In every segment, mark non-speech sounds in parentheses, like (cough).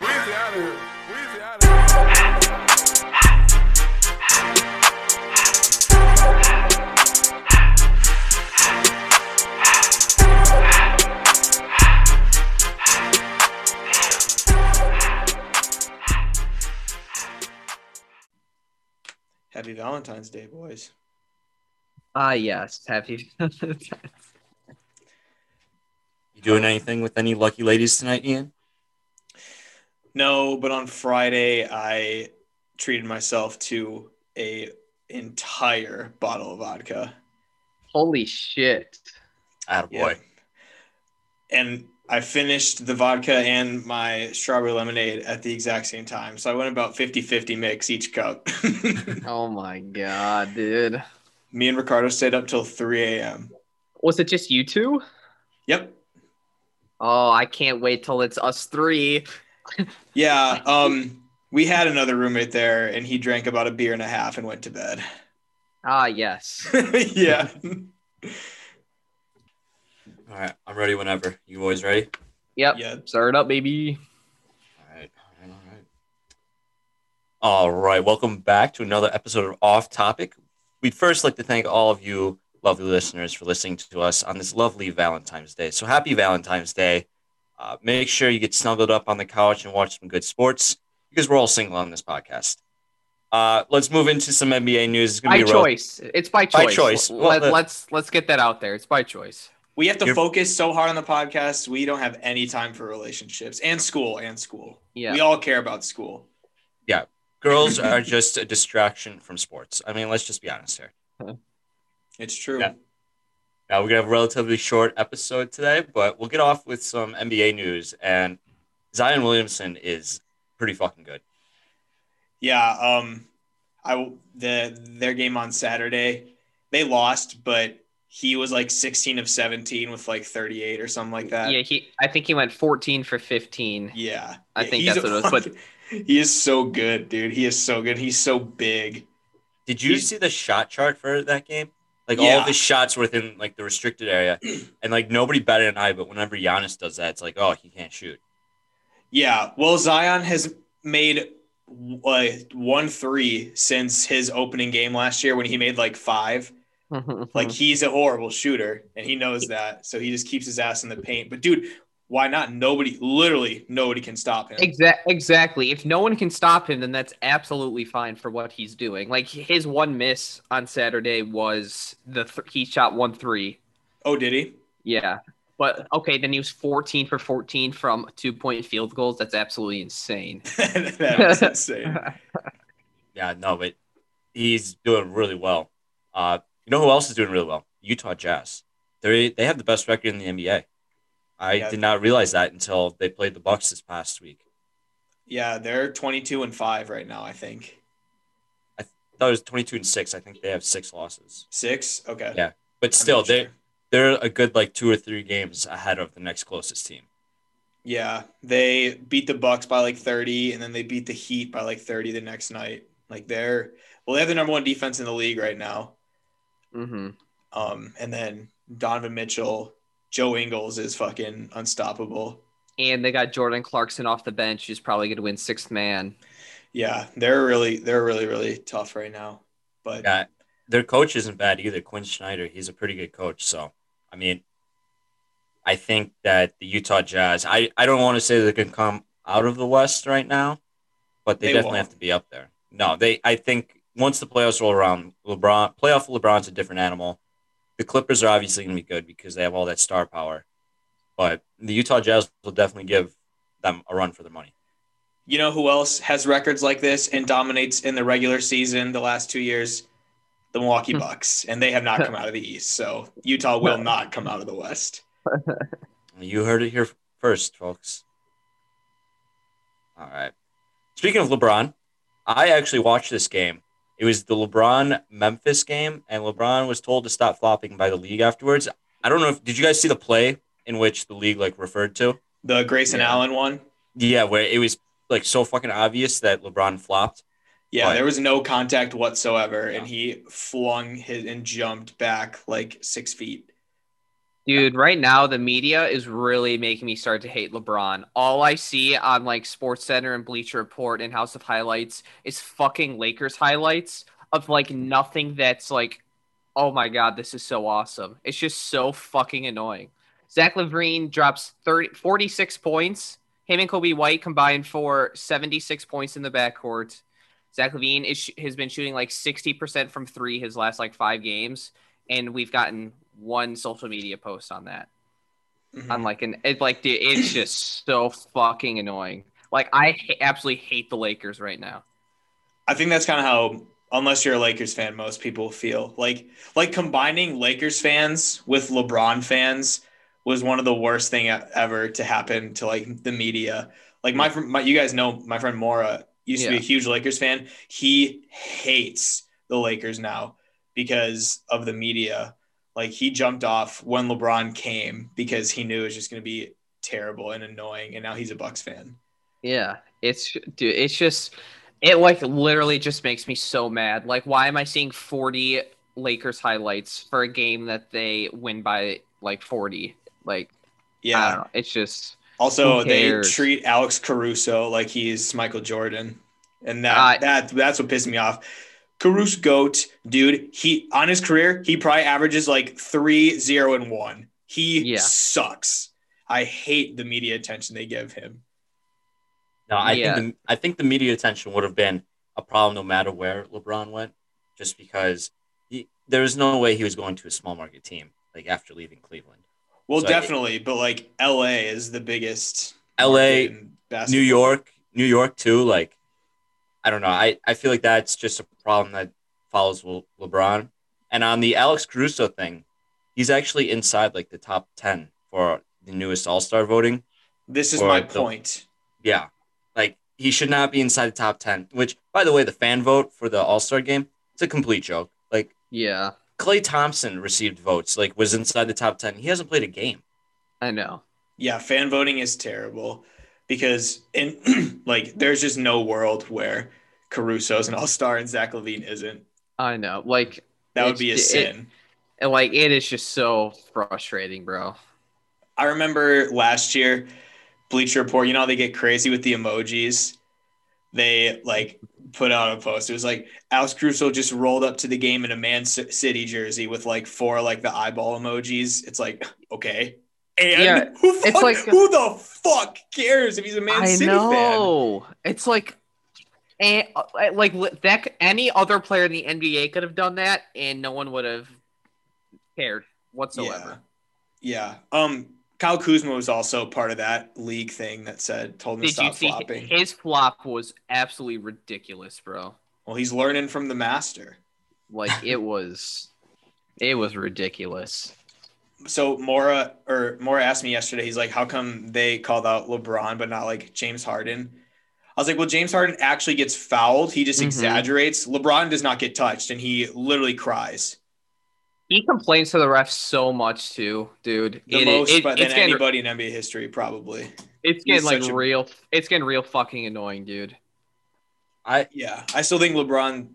Weezy out of here. Weezy out of here. Happy Valentine's Day, boys. Ah, yes. Happy. You doing anything with any lucky ladies tonight, Ian? No, but on Friday I treated myself to a entire bottle of vodka. (laughs) Holy shit. Attaboy. boy. And I finished the vodka and my strawberry lemonade at the exact same time. So I went about 50-50 mix each cup. (laughs) Oh my god, dude. Me and Ricardo stayed up till 3 a.m. Was it just you two? Yep. Oh, I can't wait till it's us three. Yeah. Um, we had another roommate there and he drank about a beer and a half and went to bed. (laughs) (laughs) Ah, yes. yeah. All right, I'm ready whenever. You boys ready? Yep. Yeah. Start it up, baby. All right, all right, all right. All right, welcome back to another episode of Off Topic. We'd first like to thank all of you lovely listeners for listening to us on this lovely Valentine's Day. So happy Valentine's Day. Uh, make sure you get snuggled up on the couch and watch some good sports because we're all single on this podcast. Uh, let's move into some NBA news. It's gonna By be a real- choice. It's by choice. By choice. Well, Let, the- let's let's get that out there. It's by choice. We have to You're- focus so hard on the podcast. We don't have any time for relationships and school and school. Yeah. We all care about school. Girls are just a distraction from sports. I mean, let's just be honest here. It's true. Yeah. Uh, we're gonna have a relatively short episode today, but we'll get off with some NBA news. And Zion Williamson is pretty fucking good. Yeah, um, I w- the their game on Saturday, they lost, but he was like 16 of 17 with like 38 or something like that. yeah, he I think he went 14 for 15. Yeah. I Yeah, think he's that's a what it was, but- fucking- he is so good, dude. He is so good. He's so big. Did you He's- see the shot chart for that game? Like all Yeah. of the shots were within like the restricted area, and like nobody better than I. But whenever Giannis does that, it's like, oh, he can't shoot. Yeah. Well, Zion has made uh, one three since his opening game last year when he made like five. (laughs) Like he's a horrible shooter and he knows that. So he just keeps his ass in the paint. But dude, why not? Nobody, literally nobody can stop him. Exa- exactly. If no one can stop him, then that's absolutely fine for what he's doing. Like his one miss on Saturday was the th- he shot one three. Oh, did he? (laughs) Yeah, but okay, then he was fourteen for fourteen from two point field goals. That's absolutely insane. that was insane. Uh-huh. Yeah, no, but he's doing really well. Uh, you know who else is doing really well? Utah Jazz. They they have the best record in the NBA. I Yeah. did not realize that until they played the Bucks this past week. Yeah, they're 22 and 5 right now, I think. thought it was 22 and 6 i think they have six losses Six? Okay. Yeah, but I'm still not sure. they're they're a good like two or three games ahead of the next closest team Yeah, they beat the Bucks by like 30 and then they beat the Heat by like 30 the next night. Like they're well, they have the number one defense in the league right now. hmm Um, and then Donovan Mitchell, Joe Ingles is fucking unstoppable. And they got Jordan Clarkson off the bench, who's probably going to win sixth man. Yeah, they're really they're really really tough right now. But yeah their coach isn't bad either quinn schneider he's a pretty good coach so i mean i think that the utah jazz i, I don't want to say they can come out of the west right now but they, They definitely won't. have to be up there no they i think once the playoffs roll around lebron playoff lebron's a different animal the clippers are obviously going to be good because they have all that star power but the utah jazz will definitely give them a run for their money you know who else has records like this and dominates in the regular season the last two years? The Milwaukee Bucks, and they have not come out of the East. So Utah will not come out of the West. You heard it here first, folks. All right. Speaking of LeBron, I actually watched this game. It was the LeBron Memphis game, and LeBron was told to stop flopping by the league afterwards. I don't know if did you guys see the play in which the league like referred to? The Grayson Yeah. Allen one. Yeah, where it was like so fucking obvious that LeBron flopped. Yeah, Right. there was no contact whatsoever, and Yeah. he flung his and jumped back like six feet. Dude, right now the media is really making me start to hate LeBron. All I see on like Sports Center and Bleacher Report and House of Highlights is fucking Lakers highlights of like nothing that's like, oh my god, this is so awesome. It's just so fucking annoying. Zach Levine drops 30, 46 points. Him and Kobe White combined for 76 points in the backcourt. Zach Levine is, has been shooting like 60% from three his last like five games. And we've gotten one social media post on that. Mhm. On like an it like dude, (clears throat) it's just so fucking annoying. Like I ha- absolutely hate the Lakers right now. I think that's kind of how, unless you're a Lakers fan, most people feel like like combining Lakers fans with LeBron fans was one of the worst thing e- ever to happen to like the media. Like my, fr- my you guys know my friend Mora used to be a huge Lakers fan. He hates the Lakers now because of the media. Like he jumped off when LeBron came because he knew it was just going to be terrible and annoying, and now he's a Bucks fan. Yeah, it's dude, it's just it like literally just makes me so mad. Like why am I seeing 40 Lakers highlights for a game that they win by like 40? Like I Yeah, don't know. It's just Also, Who they cares? treat Alex Caruso like he's Michael Jordan, and that Uh, that that's what pissed me off. Caruso goat, dude. He on his career, he probably averages like three, zero, and one. He Yeah. sucks. I hate the media attention they give him. No, I Yeah. think the, I think the media attention would have been a problem no matter where LeBron went, just because he, there was no way he was going to a small market team like after leaving Cleveland. Well, So, definitely, but like L.A. is the biggest. LA, market in basketball. New York, New York too. Like, I don't know. I, I feel like that's just a problem that follows Le- LeBron. And on the Alex Caruso thing, he's actually inside like the top ten for the newest All Star voting. This is or my the- point. Yeah. Like he should not be inside the top 10, which by the way, the fan vote for the All-Star game, it's a complete joke. Like yeah, Clay Thompson received votes, like was inside the top 10. He hasn't played a game. I know. Yeah, fan voting is terrible because in (clears throat) like there's just no world where Caruso's an all star and Zach Levine isn't. I know. Like That would be a It's- it- sin. and, like it is just so frustrating, bro. I remember last year, Bleacher Report, you know how they get crazy with the emojis? They like put out a post. It was like Alex Caruso just rolled up to the game in a Man C- City jersey with like four like the eyeball emojis. It's like, (laughs) okay. And Yeah, who, fuck, like- who the fuck cares if he's a Man I City fan? know. It's like, and, like li- that. c- Any other player in the NBA could have done that, and no one would have cared whatsoever. Yeah. yeah. Um, Kyle Kuzma was also part of that league thing that said told him to Did you stop see flopping. his flop was absolutely ridiculous, bro? Well, he's learning from the master. Like it was, it was ridiculous. so Mora or Mora asked me yesterday, he's like, how come they called out LeBron but not like James Harden? I was like, well, James Harden actually gets fouled. He just Mhm. exaggerates. LeBron does not get touched and he literally cries He complains to the refs so much too, dude. the It- most it- but than it's getting- anybody in NBA history, probably. It's getting He's like such a- real. It's getting real fucking annoying, dude. I Yeah. I still think LeBron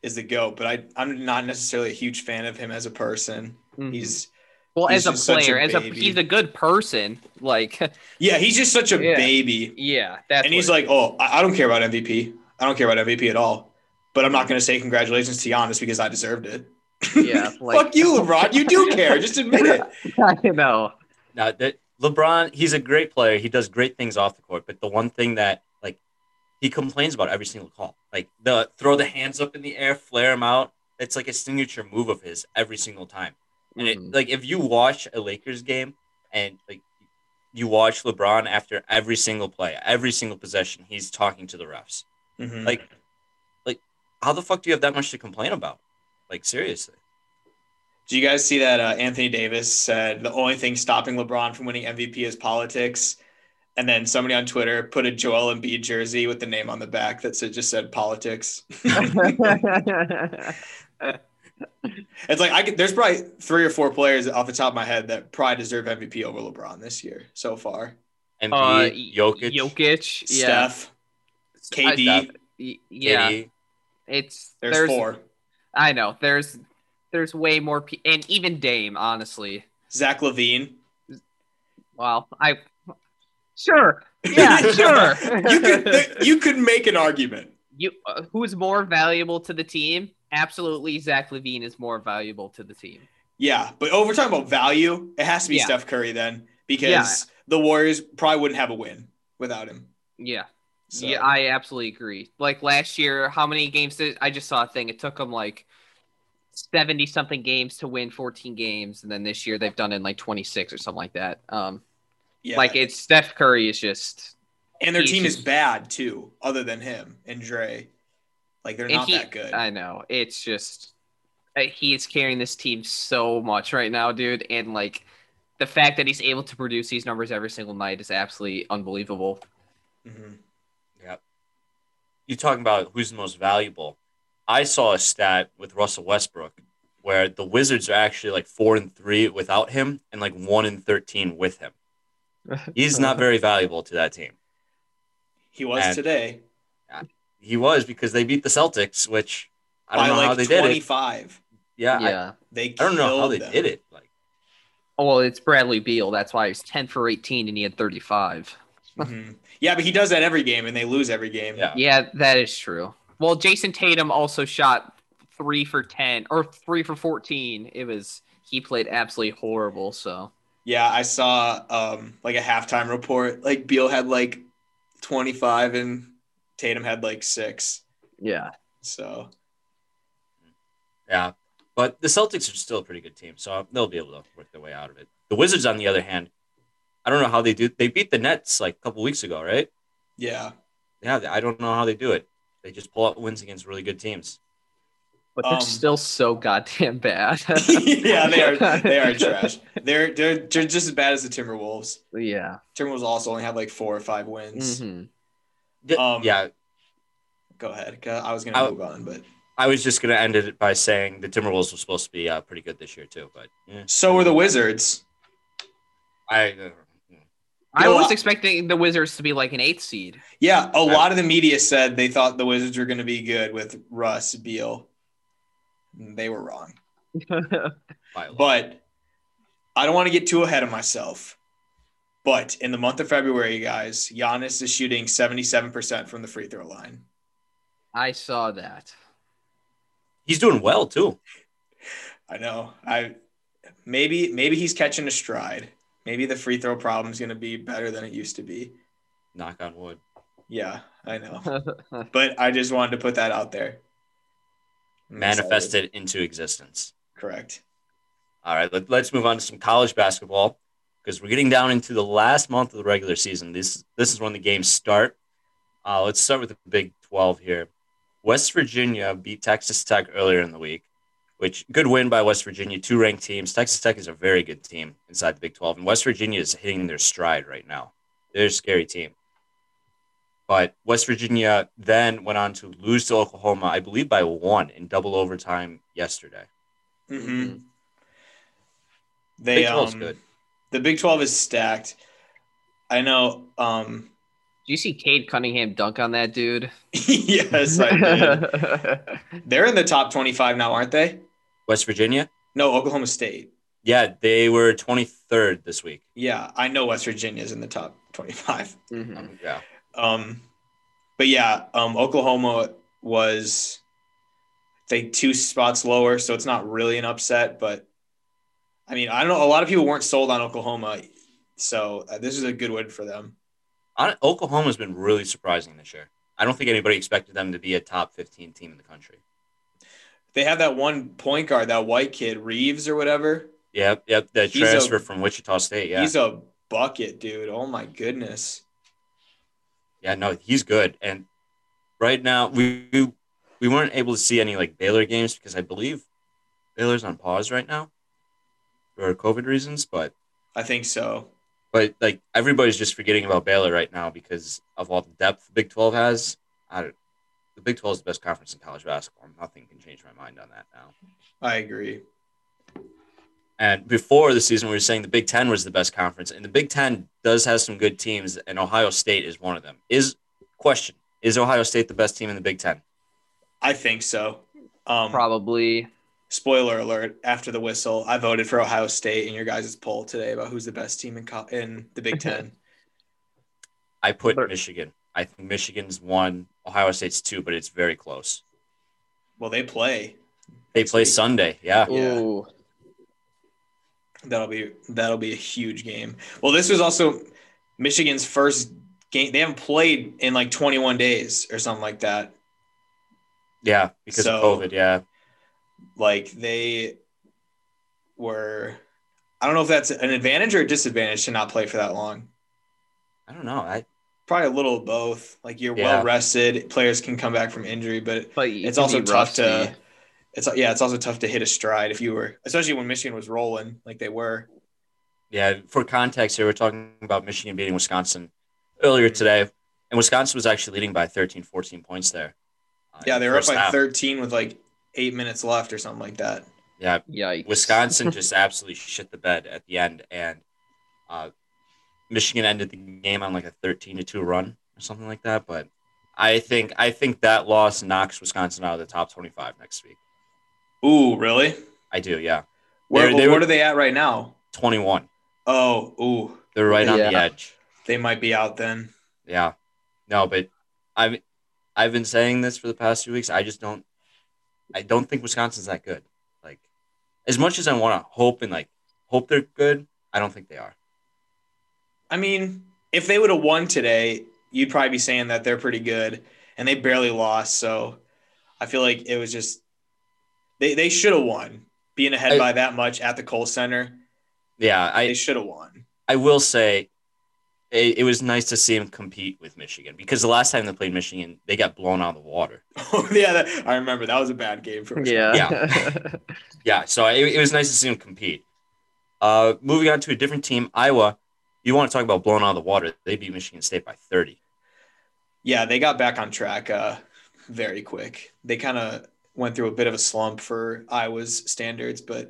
is the GOAT, but I, I'm not necessarily a huge fan of him as a person. Mhm. He's, well he's as a just such a player, as a baby. he's a good person. Like, (laughs) yeah, he's just such a Yeah. baby. yeah, that's and what he's it like, is. "Oh, I I don't care about MVP. I don't care about MVP at all. But I'm not going to say congratulations to Giannis because I deserved it." (laughs) Yeah, like- fuck you, LeBron. You do care. Just admit (laughs) it. I know. now that LeBron, he's a great player. He does great things off the court, but the one thing that like he complains about every single call, like the throw the hands up in the air, flare him out. It's like a signature move of his every single time. And it, Mm-hmm. like if you watch a Lakers game and like you watch LeBron after every single play, every single possession, he's talking to the refs. Mhm. Like How the fuck do you have that much to complain about? Like seriously. do you guys see that uh, Anthony Davis said the only thing stopping LeBron from winning MVP is politics? And then somebody on Twitter put a Joel Embiid jersey with the name on the back that said, just said politics. It's like I could, there's probably three or four players off the top of my head that probably deserve MVP over LeBron this year so far. And (laughs) Uh, Jokic, Jokic, yeah, Steph, KD, I- Y- yeah. KD. It's there's, four. I know. There's there's way more, pe- and even Dame, honestly. Zach Levine. Well, I sure, (laughs) (laughs) yeah, sure. you (laughs) could th- you could make an argument. you uh, who is more valuable to the team? Absolutely, Zach Levine is more valuable to the team. Yeah, but over talking about value, it has to be Yeah. Steph Curry then because Yeah. the Warriors probably wouldn't have a win without him. Yeah, So, yeah, I absolutely agree. Like last year, how many games did I just saw a thing? It took them like seventy something games to win fourteen games, and then this year they've done it in like twenty six or something like that. Um, yeah. like it's Steph Curry is just and their he's team is just- bad too, other than him and Dre. Like they're and not he- uh, that good. I know it's just uh, he is carrying this team so much right now, dude, and like the fact that he's able to produce these numbers every single night is absolutely unbelievable. Mhm. you talking about who's the most valuable. I saw a stat with Russell Westbrook where the Wizards are actually like four and three without him and like one and thirteen with him. He's not very valuable to that team. He was And- today He was because they beat the Celtics, which I don't by know like how they did it. 25. Yeah, I, Yeah. They I don't know how killed they them. did it. Like, Oh, well, it's Bradley Beal. That's why he's 10 for 18 and he had 35. Mhm. Yeah, but he does that every game and they lose every game. yeah, Yeah, that is true. Well, Jason Tatum also shot 3 for 10 or 3 for 14. It was he played absolutely horrible, so Yeah, I saw um like a halftime report. Like Beal had like 25 and Tatum had like six. yeah. So yeah. But the Celtics are still a pretty good team, so they'll be able to work their way out of it. The Wizards, on the other hand, I don't know how they do. They beat the Nets like a couple weeks ago, right? yeah. (laughs) yeah, I don't know how they do it. They just pull out wins against really good teams. But they're Um, still so goddamn (laughs) bad. yeah, they are they are trash. They're they're they're just as bad as the Timberwolves. yeah. Timberwolves also only have like four or five wins. Mhm. Th- Um, yeah, Go ahead. 'cause I was gonna I- move on, but I was just gonna end it by saying the Timberwolves were supposed to be uh, pretty good this year too, but eh, so were the Wizards. I uh, I Yo, was I- expecting the Wizards to be like an 8th seed. Yeah, a lot of the media said they thought the Wizards were gonna be good with Russ Beal. They were wrong. by a lot. But I don't want to get too ahead of myself. But in the month of February, guys, Giannis is shooting 77% from the free throw line. I saw that. he's doing well too. I know. I maybe maybe he's catching a stride. Maybe the free throw problem is going to be better than it used to be. Knock on wood. Yeah, I know. but I just wanted to put that out there. I'm excited. Manifested into existence. Correct. All right, let, let's move on to some college basketball because we're getting down into the last month of the regular season. This this is when the games start. Uh, let's start with the Big Twelve here. West Virginia beat Texas Tech earlier in the week, which good win by West Virginia. Two ranked teams. Texas Tech is a very good team inside the Big Twelve, and West Virginia is hitting their stride right now. They're a scary team. But West Virginia then went on to lose to Oklahoma, I believe, by one in double overtime yesterday. hmm Mhm. They Big 12's um, good. The Big 12 is stacked. I know. Um, Did you see Cade Cunningham dunk on that dude? (laughs) yes, I did. (laughs) They're in the top 25 now, aren't they? West Virginia. No, Oklahoma State. Yeah, they were 23rd this week. Yeah, I know West Virginia's in the top 25. Mhm. Um, yeah. Um, but yeah, um, Oklahoma was they two spots lower, so it's not really an upset. But I mean, I don't know. A lot of people weren't sold on Oklahoma, so uh, this is a good win for them. Hon- Oklahoma's been really surprising this year. I don't think anybody expected them to be a top 15 team in the country. They have that one point guard, that white kid Reeves or whatever. Yep, yep. The He's a- transfer from Wichita State. Yeah. He's a bucket, dude. Oh my goodness. yeah, no, he's good. And right now, we, we we weren't able to see any like Baylor games because I believe Baylor's on pause right now for COVID reasons. But I think so. but like everybody's just forgetting about Baylor right now because of all the depth the Big 12 has. I don't, the Big 12 is the best conference in college basketball. Nothing can change my mind on that now. I agree. And before the season, we were saying the Big Ten was the best conference, and the Big Ten does have some good teams, and Ohio State is one of them. Is question is Ohio State the best team in the Big Ten? I think so. Um, Probably. spoiler alert, after the whistle, I voted for Ohio State in your guys' poll today about who's the best team in, co- in the Big Ten. I put Alert. Michigan. I think Michigan's one, Ohio State's two, but it's very close. well, they play. They play Sunday. Yeah. Yeah. Ooh. That'll be that'll be a huge game. Well, this was also Michigan's first game. They haven't played in like 21 days or something like that. Yeah. Because So- of COVID. Yeah. Like they were. I don't know if that's an advantage or a disadvantage to not play for that long. I don't know. I, Probably a little of both. Like you're Yeah. well rested. Players can come back from injury, but But you it's can also be tough to rusty. it's yeah it's also tough to hit a stride if you were especially when michigan was rolling like they were Yeah, for context here, we're talking about Michigan beating Wisconsin earlier Mm-hmm. today, and Wisconsin was actually leading by 13, 14 points there. uh, yeah in they the were up first by half. 13 with like eight minutes left or something like that Yeah, Yikes. Wisconsin just absolutely shit the bed at the end, and uh, Michigan ended the game on like a 13 to 2 run or something like that. But I think I think that loss knocks Wisconsin out of the top 25 next week. ooh really I do, yeah. where, They're- they well, were- what are they at right now 21. oh ooh They're right on the Yeah. edge. they might be out then Yeah. No, but I've I've been saying this for the past few weeks. I just don't I don't think Wisconsin's that good. Like as much as I want to hope and like hope they're good, I don't think they are. i mean if they would have won today you'd probably be saying that they're pretty good and they barely lost so i feel like it was just they, they should have won being ahead I- by that much at the Kohl Center, Yeah, they I should have won. I will say it, it was nice to see them compete with Michigan because the last time they played Michigan, they got blown out of the water. Oh (laughs) yeah, that, I remember that was a bad game for Wisconsin. Yeah. (laughs) Yeah, so it, it was nice to see them compete. Uh, moving on to a different team, Iowa. You want to talk about blown out of the water? They beat Michigan State by thirty. yeah, they got back on track uh, very quick. They kind of went through a bit of a slump for Iowa's standards, but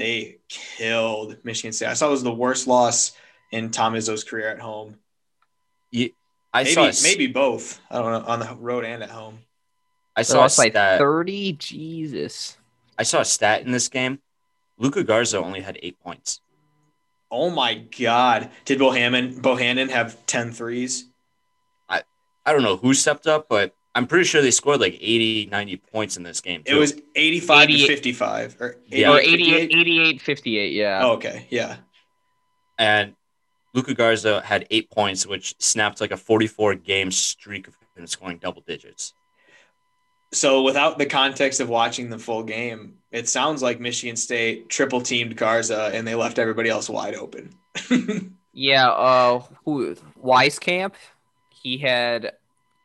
they killed Michigan State. I saw it was the worst loss in Tom Izzo's career at home. I Maybe saw a s- maybe both. I don't know on the road and at home. I So saw a lost by stat. 30. Jesus. I saw a stat in this game. Luca Garza only had eight points. Oh my God! Did Bohannon Bohannon have 10 threes? I don't know who stepped up, but I'm pretty sure they scored like 80, 90 points in this game. It too. was 85 to 88. 55 or Yeah. Or 88, 88, 88 58, yeah. Oh, okay, yeah. and Luca Garza had eight points, which snapped like a 44 game streak of him scoring double digits. So without the context of watching the full game, it sounds like Michigan State triple teamed Garza and they left everybody else wide open. (laughs) Yeah, uh who Weiskamp, he had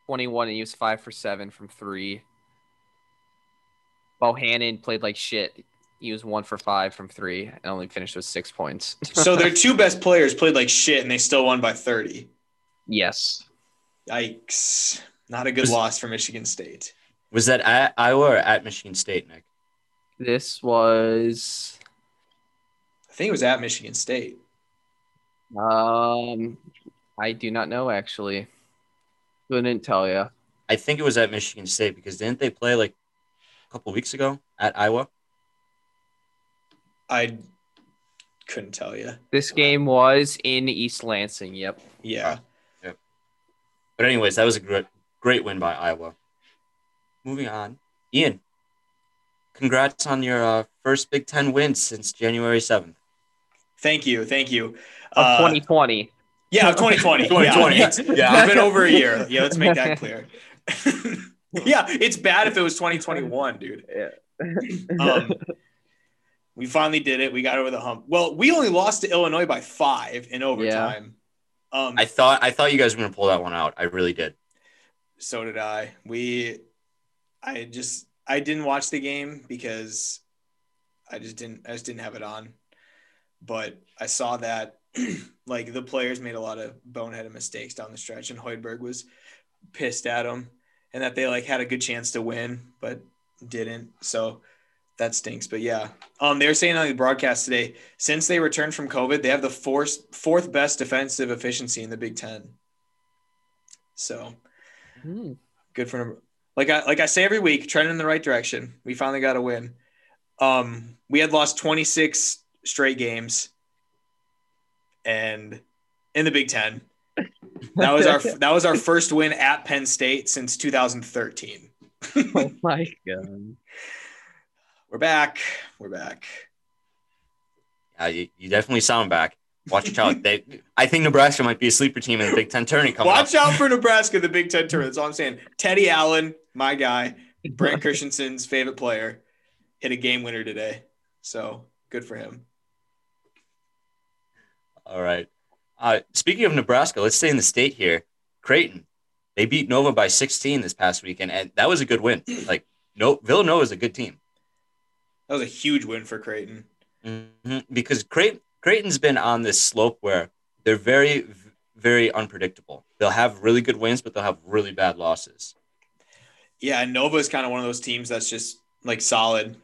21 and he was 5 for 7 from 3. Bohannon played like shit. He was 1 for 5 from 3 and only finished with 6 points. (laughs) so their two best players played like shit and they still won by 30. yes. Yikes. Not a good Was- loss for Michigan State. Was that at Iowa or at Michigan State, Nick? This was I think it was at Michigan State. um I do not know actually. Couldn't tell you. I think it was at Michigan State because didn't they play like a couple weeks ago at Iowa? I couldn't tell you. This game was in East Lansing, yep. Yeah. But anyways, that was a great, great win by Iowa. Moving on, Ian. Congrats on your uh, first Big Ten win since January seventh. Thank you. Thank you. Of Uh, 2020. Yeah, of 2020. (laughs) 2020. Yeah, it's, Yeah. it's been over a year. Yeah, let's make that clear. (laughs) yeah, it's bad if it was 2021, dude. (laughs) Um, we finally did it. We got over the hump. Well, we only lost to Illinois by five in overtime. Um, I thought I thought you guys were gonna pull that one out. I really did. so did I. We, I just, I didn't watch the game because I just didn't, I just didn't have it on. But I saw that (clears throat) like the players made a lot of boneheaded mistakes down the stretch, and Hoiberg was pissed at them, and that they like had a good chance to win but didn't. So that stinks. But yeah, um, they were saying on the broadcast today since they returned from COVID, they have the fourth fourth best defensive efficiency in the Big Ten. So Hmm. good for number. Like I like I say every week, trending in the right direction. We finally got a win. Um, we had lost 26 straight games, and in the Big Ten, that was our that was our first win at Penn State since 2013. Oh my (laughs) god. We're back. We're back. Uh, you, you definitely sound back. Watch (laughs) out. They, I think Nebraska might be a sleeper team in the Big Ten tournament coming Watch up. out for Nebraska, the Big Ten tournament. That's all I'm saying. Teddy Allen, my guy, Brent (laughs) Christensen's favorite player, hit a game winner today. So good for him. All right. Uh, speaking of Nebraska, let's stay in the state here. Creighton, they beat Nova by 16 this past weekend, and that was a good win. Like, no, Villanova is a good team That was a huge win for Creighton. Mhm. because Creighton, Creighton's been on this slope where they're very, very unpredictable. They'll have really good wins, but they'll have really bad losses. Yeah, and Nova is kind of one of those teams that's just like solid.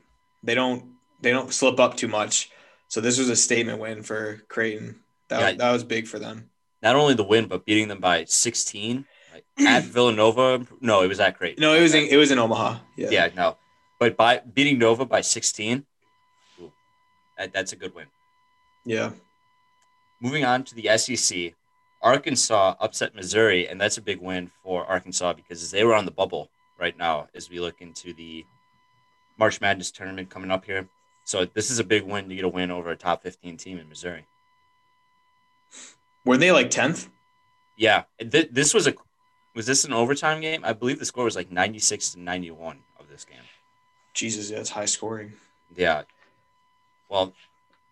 They don't they don't slip up too much. So this was a statement win for Creighton. That, Yeah. that was big for them. Not only the win, but beating them by 16 like, at Villanova. No, it was at Creighton. No, it was in, it was in Omaha. Yeah. yeah, no. But by beating Nova by 16, ooh, that, that's a good win. Yeah. Moving on to the SEC, Arkansas upset Missouri, and that's a big win for Arkansas because they were on the bubble right now as we look into the March Madness tournament coming up here. So this is a big win to get a win over a top 15 team in Missouri. Were they like 10th? Yeah, and thi- this was a was this an overtime game? I believe the score was like 96 to 91 of this game. Jesus, that's high scoring. Yeah. Well,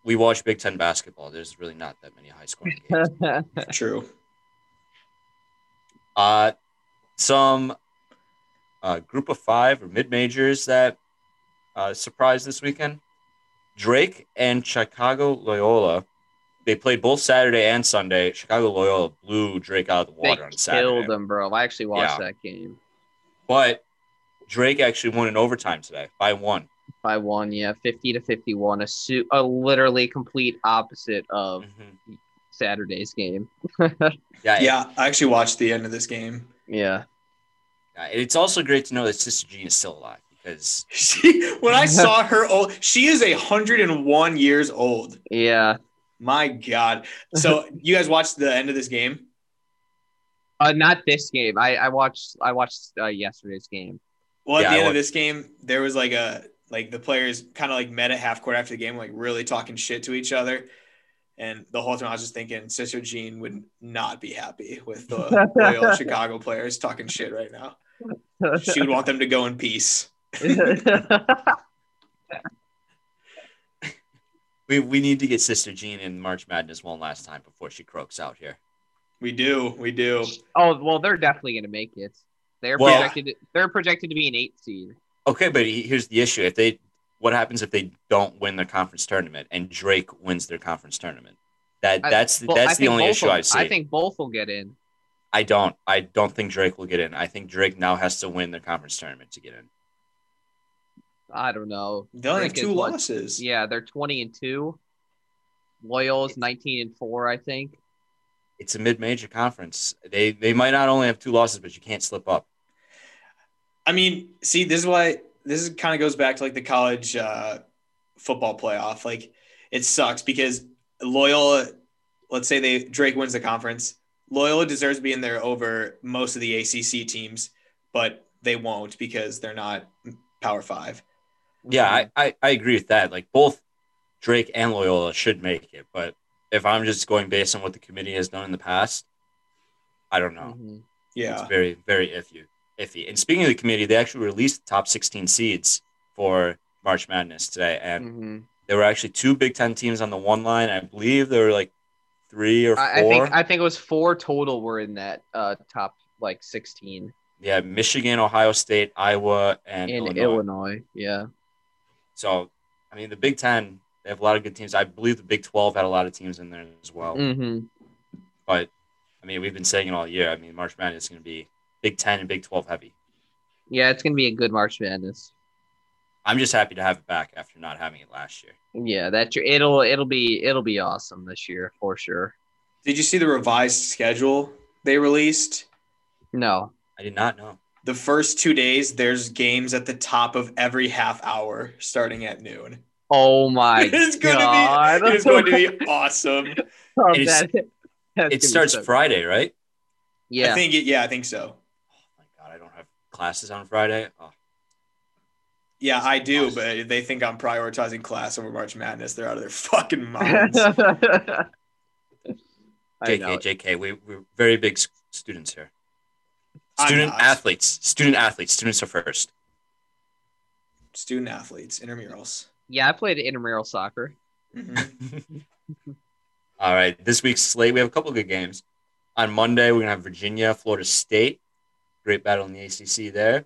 we watch Big 10 basketball. There's really not that many high scoring games. True. uh, some uh, group of five or mid majors that uh, surprised this weekend. Drake and Chicago Loyola. They played both Saturday and Sunday. Chicago Loyola blew Drake out of the They water on Saturday, killed them, bro. I actually watched that game. but Drake actually won in overtime today by one. By one, yeah, fifty to fifty-one. A suit, a literally complete opposite of Mhm. Saturday's game. Yeah, yeah. Yeah, I actually watched the end of this game. (laughs) Yeah, uh, It's also great to know that Sister Jean is still alive because She, when I saw her old, she is 101 years old. yeah. My God. So you guys watched the end of this game? Uh, not this game. I I watched I watched uh, yesterday's game. (laughs) Well, at Yeah, the I end wa- of this game, there was like a like the players kind of like met at half court after the game, like really talking shit to each other. And the whole time I was just thinking, Sister Jean would not be happy with the Loyola (laughs) Chicago players talking shit right now. She would want them to go in peace. we, we need to get Sister Jean in March Madness one last time before she croaks out here. We do, we do. oh well, they're definitely gonna make it. They're Well- projected. They're projected to be an eight seed. Okay, but he- here's the issue: if they, what happens if they don't win the conference tournament and Drake wins their conference tournament? That I- that's Well, I that's the think only both issue will- I see. I think both will get in. I don't. I don't think Drake will get in. I think Drake now has to win the conference tournament to get in. I don't know. They only have Drake is two what? losses. Yeah, they're twenty and two. Loyal's nineteen and four, I think. It's a mid-major conference. They they might not only have two losses, but you can't slip up. I mean, see, this is why this is kind of goes back to like the college uh, football playoff. Like, it sucks because Loyola, let's say they Drake wins the conference, Loyola deserves to be in there over most of the ACC teams, but they won't because they're not Power Five. Yeah, Mm-hmm. I, I, I agree with that. Like both Drake and Loyola should make it, but if I'm just going based on what the committee has done in the past, I Oh. don't know. Mhm. It's Yeah, very, very iffy. Iffy. And speaking of the committee, they actually released the top 16 seeds for March Madness today, and Mhm. there were actually two Big Ten teams on the one line. I believe there were like three or four. I, I think I think it was four total were in that uh, top like sixteen yeah, Michigan, Ohio State, Iowa, and in Illinois. Illinois. Yeah. So, I mean, the Big Ten they have a lot of good teams. I believe the Big 12 had a lot of teams in there as Oh. well. hmm But I mean, we've been saying it all year. I mean, March Madness is going to be Big Ten and Big Twelve heavy. Yeah, it's gonna be a good March Madness. I'm just happy to have it back after not having it last year. Yeah, that tr- it'll it'll be it'll be awesome this year for sure. did you see the revised schedule they released? No, I did not know. The first two days, there's games at the top of every half hour starting at noon. Oh my (laughs) It's gonna be- god! (laughs) It is going to be awesome. (laughs) Oh, It is- that- that's gonna It be starts so- Friday, right? I Yeah, (laughs) think it, yeah, I think so. Oh my god, I don't have classes on Friday. Oh, Yeah, I do, Awesome. but they think I'm prioritizing class over March Madness. They're out of their (laughs) fucking (laughs) minds. I know. JK, JK, we we're very big s- students here. I'm Student not. athletes, student athletes, students are first. Student athletes, intramurals. Yeah, I played intramural soccer. (laughs) Mhm. All right. This week's slate, we have a couple good games. On Monday, we're going to have Virginia, Florida State. Great battle in the ACC there.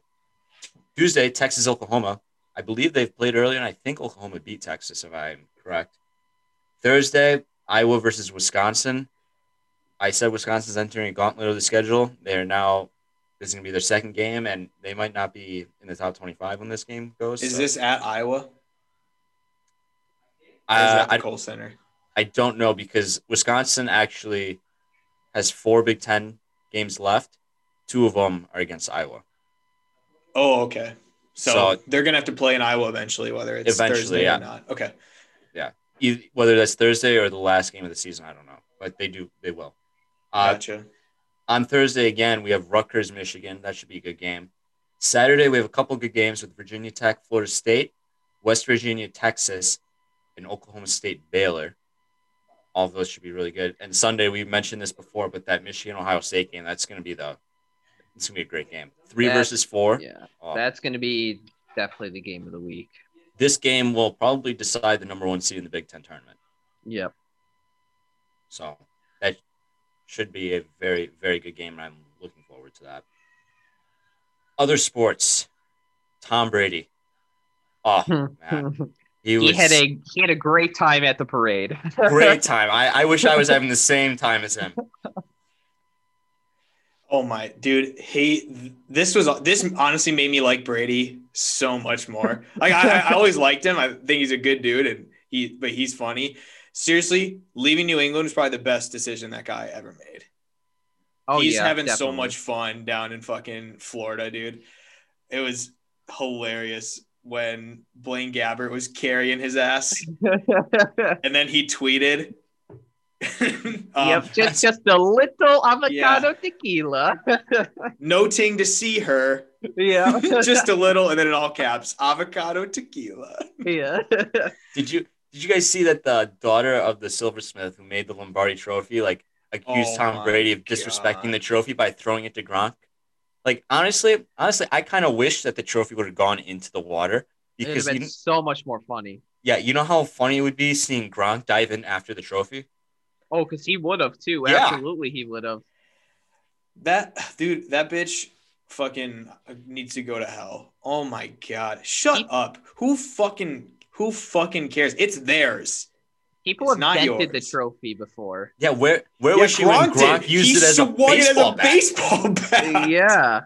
Tuesday, Texas, Oklahoma. I believe they've played earlier, and I think Oklahoma beat Texas, if I'm correct. Thursday, Iowa versus Wisconsin. I said Wisconsin's entering a gauntlet of the schedule. They are now, this is going to be their second game, and they might not be in the top 25 when this game goes. Is so- this at Iowa? Or is Uh, that the I, Kohl Center? I don't know because Wisconsin actually has four Big Ten games left. Two of them are against Iowa. Oh, okay. So, So- they're gonna have to play in Iowa eventually, whether it's Eventually, Thursday yeah. or not. Okay. Eith- E-, Whether that's Thursday or the last game of the season, I don't know, but they do, they will. Uh, Gotcha. on Thursday again, we have Rutgers, Michigan. That should be a good game. Saturday, we have a couple good games with Virginia Tech, Florida State, West Virginia, Texas, and Oklahoma State, Baylor. All of those should be really good. And Sunday, we mentioned this before, but that Michigan Ohio State game, that's going to be the, it's going to be a great game. Three That- versus four. Yeah, Oh, that's gonna be definitely the game of the week. this game will probably decide the number one seed in the Big Ten tournament. (laughs) Yep. So that should be a very, very good game, and I'm looking forward to that. Other sports, Tom Brady. Oh Hmm. man, he he was had a he had a great time at the parade. (laughs) (laughs) great time. I, I wish I was having the same time as him. Oh my dude, he this was this honestly made me like Brady so (laughs) much more. Like I, I- I always liked him. I think he's a good dude and he but he's funny. Seriously, leaving New England is probably the best decision that guy ever made. oh he's yeah, having so definitely. (laughs) much fun down in fucking Florida, dude. It was hilarious when Blaine Gabbert was carrying his (laughs) ass and then he tweeted. (laughs) um, (laughs) yep, just just a little avocado Yeah. tequila. (laughs) (laughs) Noting to see her, (laughs) yeah, just a little, and then in all caps, avocado tequila. yeah. (laughs) Did you did you guys see that the daughter of the silversmith who made the Lombardi Trophy like accused Oh my Tom Brady of disrespecting God. the trophy by throwing it to Gronk? Like honestly, honestly, I kind of wish that the trophy would have gone into the water It'd have because been you, so much more funny. yeah, you know how funny it would be seeing Gronk dive in after the trophy. Oh, because he would have too. Yeah. Absolutely, he would have. That dude, that bitch fucking needs to go to hell. Oh my god. Shut He- up. Who fucking who fucking cares? It's theirs. People It's have not dented the yours. trophy (laughs) before. Yeah, where where Yeah, was she when did. Gronk used He it as a swung it as a baseball bat? baseball bat. (laughs) yeah.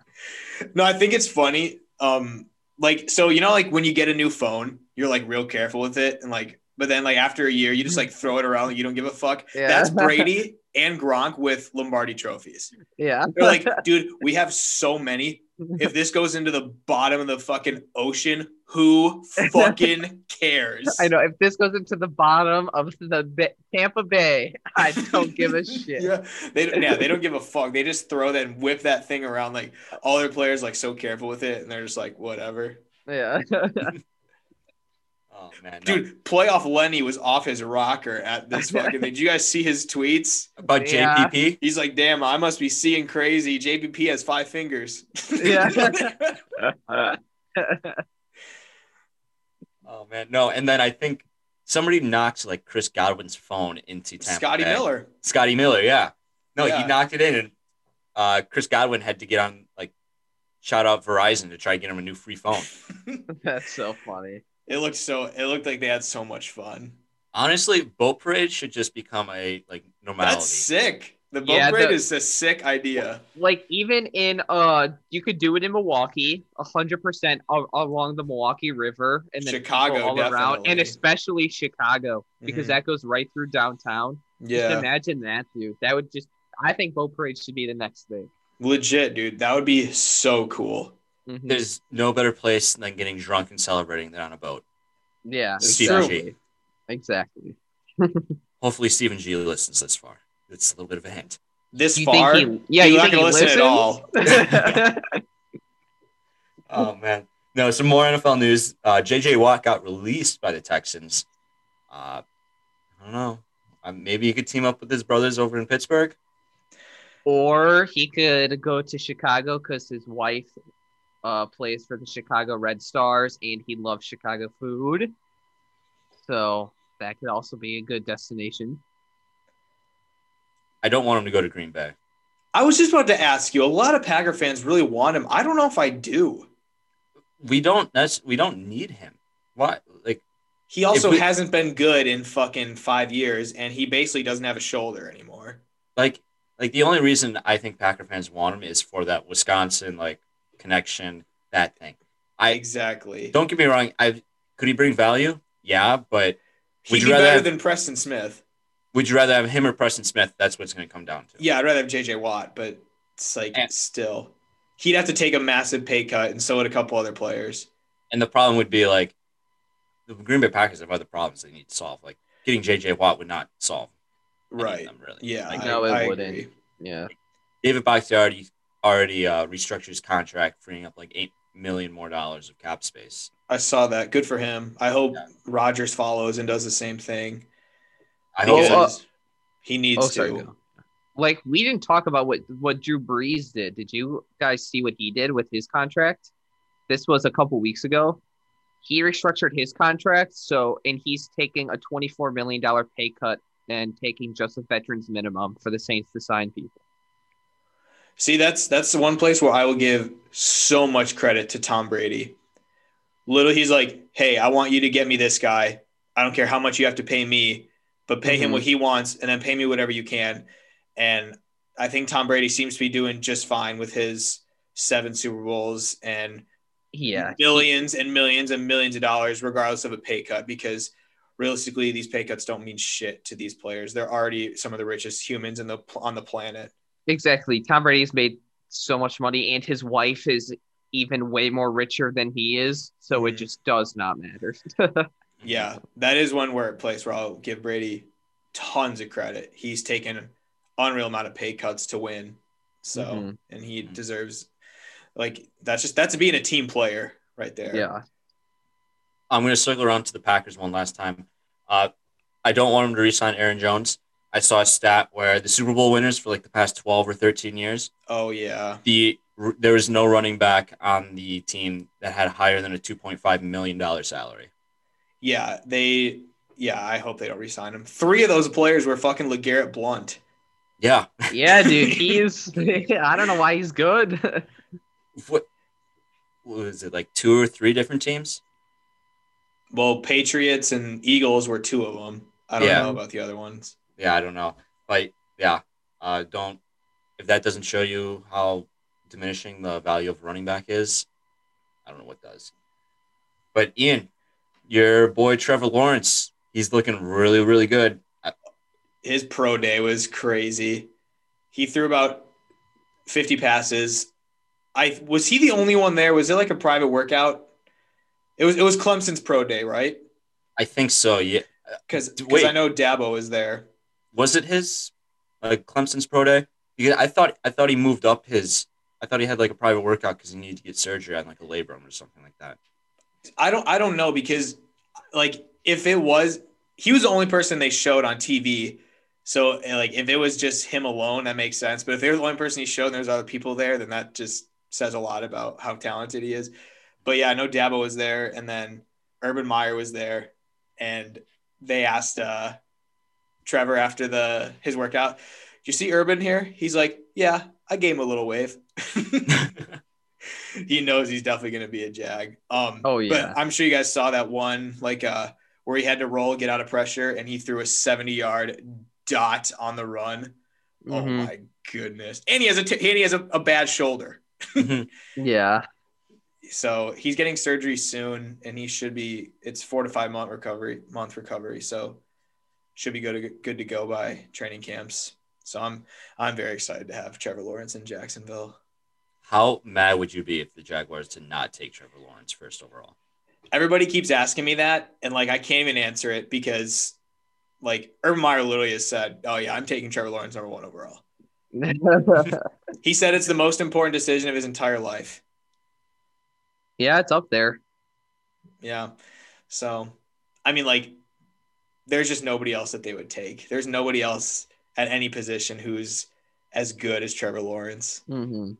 No, I think it's funny. Um, like so, you know, like when you get a new phone, you're like real careful with it, and like, but then like after a year, you just like throw it around, like, you don't give a fuck. (laughs) Yeah. That's Brady and Gronk with Lombardi trophies. Yeah. They're (laughs) like, dude, we have so many. If this goes into the bottom of the fucking ocean, who (laughs) fucking cares? (laughs) I know if this goes into the bottom of the ba- Tampa Bay, I (laughs) don't give a (laughs) shit. Yeah, they don't- yeah they don't give a fuck. They just throw that and whip that thing around. Like all their players like so careful with it, and they're just like whatever. Yeah. Oh man, no. Dude, playoff Lenny was off his rocker at (laughs) this fucking thing. Did you guys see his tweets? about Yeah. JPP. He's like, damn, I must be seeing crazy. JPP has five fingers. (laughs) Yeah. (laughs) Oh man, no. And then I think somebody knocks like Chris Godwin's phone into Tampa Scotty Bay. Miller. Scotty Miller, yeah. No, Yeah. he knocked it in, and uh, Chris Godwin had to get on like shout out Verizon to try to get him a new free phone. (laughs) That's so funny. It looked so it looked like they had so much fun. Honestly, boat parade should just become a like normality. That's sick. The boat Yeah, parade the- is a sick idea. Like even in uh, you could do it in Milwaukee, hundred percent along the Milwaukee River, and then people Chicago, all around, and definitely. especially Chicago because Mhm. that goes right through downtown. Just imagine that, dude. That would just. I think boat parade should be the next thing. Legit, dude. That would be so cool. Mhm. There's no better place than getting drunk and celebrating than on a boat. Yeah, It's Stephen true. G. exactly. Hopefully, Stephen G. listens this far. It's a little bit of a hint. This You far, think he? Yeah, you're not you think gonna he listen listens? at all. (laughs) Oh man, no. Some more NFL news. Uh, J.J. Watt got released by the Texans. Uh, I don't know. Uh, maybe he could team up with his brothers over in Pittsburgh. Or he could go to Chicago because his wife uh, plays for the Chicago Red Stars and he loves Chicago food. So that could also be a good destination. I don't want him to go to Green Bay. I was just about to ask you. A lot of Packer fans really want him. I don't know if I do. We don't. That's we don't need him. Why? Like He also we- hasn't been good in fucking five years, and he basically doesn't have a shoulder anymore. like like the only reason I think Packer fans want him is for that Wisconsin like connection that thing. I- exactly. Don't get me wrong. I could he bring value? Yeah, but He'd would be you rather better have- than Preston Smith. would you rather have him or Preston Smith? That's what's going to come down to. Yeah, I'd rather have JJ Watt, but it's like And- still, he'd have to take a massive pay cut, and so would a couple other players. And the problem would be like the Green Bay Packers have other problems they need to solve. Like getting JJ Watt would not solve any of Right. them really. Yeah. Like, I- No, it I wouldn't. agree. Yeah. David Bakhtiari already uh, restructured his contract, freeing up like eight million more dollars of cap space. I saw that. Good for him. I hope Yeah. Rodgers follows and does the same thing. I Oh, hope so. uh, because he needs oh, sorry, to. go. Like we didn't talk about what what Drew Brees did. Did you guys see what he did with his contract? This was a couple weeks ago. He restructured his contract, so and he's taking a twenty four million dollar pay cut and taking just a veterans minimum for the Saints to sign people. See, that's that's the one place where I will give so much credit to Tom Brady. Little, he's like, "Hey, I want you to get me this guy. I don't care how much you have to pay me, but pay him Mhm. what he wants, and then pay me whatever you can." And I think Tom Brady seems to be doing just fine with his seven Super Bowls and Yeah, millions and millions and millions of dollars, regardless of a pay cut, because realistically, these pay cuts don't mean shit to these players. They're already some of the richest humans in the on the planet. exactly. Tom Brady's made so much money, and his wife is even way more richer than he is. So it Mhm. just does not matter. (laughs) Yeah, that is one where place where I'll give Brady tons of credit. He's taken unreal amount of pay cuts to win, so Mhm. and he Mhm. deserves like that's just that's being a team player right there. yeah. I'm going to circle around to the Packers one last time. Uh, I don't want him to re-sign Aaron Jones. I saw a stat where the Super Bowl winners for like the past 12 or 13 years, Oh yeah. the there was no running back on the team that had higher than a 2.5 million dollar salary. Yeah, they. Yeah, I hope they don't resign him. Three of those players were fucking Legarrette Blunt. Yeah, Yeah, dude, he's. (laughs) I don't know why he's good. (laughs) what what was it like two or three different teams? Well, Patriots and Eagles were two of them. I don't Yeah. know about the other ones. Yeah, I don't know, but yeah, uh, don't if that doesn't show you how diminishing the value of running back is, I don't know what does. But Ian, your boy Trevor Lawrence, he's looking really really good. His pro day was crazy. He threw about 50 passes. I was he the only one there? Was it like a private workout? It was it was Clemson's pro day, right? I think so. Yeah, Because Wait. I know Dabo was there. was it his like Clemson's pro day? Because I thought I thought he moved up his. I thought he had like a private workout because he needed to get surgery on like a labrum or something like that. (laughs) I don't I don't know because like if it was he was the only person they showed on TV. So and, like if it was just him alone, that makes sense. But if they were the only person he showed and there's other people there, then that just says a lot about how talented he is. But yeah, I know Dabo was there and then Urban Meyer was there and they asked uh Trevor after the his workout, Do you see Urban here? He's like, Yeah, I gave him a little wave. (laughs) he knows he's definitely going to be a jag. Um, Oh, yeah. But I'm sure you guys saw that one, like uh, where he had to roll, get out of pressure, and he threw a 70 yard dot on the run. Oh Mhm. my goodness! And he has a t- and he has a, a bad shoulder, Yeah. (laughs) so he's getting surgery soon, and he should be. It's four to five month recovery, month recovery, so should be good to good to go by training camps. So I'm I'm very excited to have Trevor Lawrence in Jacksonville. How mad would you be if the Jaguars did not take Trevor Lawrence first overall? Everybody keeps asking me that, and like I can't even answer it because like Urban Meyer literally has said, "Oh yeah, I'm taking Trevor Lawrence number one overall." He said it's the most important decision of his entire life. yeah, it's up there. Yeah. So, I mean, like, there's just nobody else that they would take. There's nobody else at any position who's as good as Trevor Lawrence. Mm-hmm.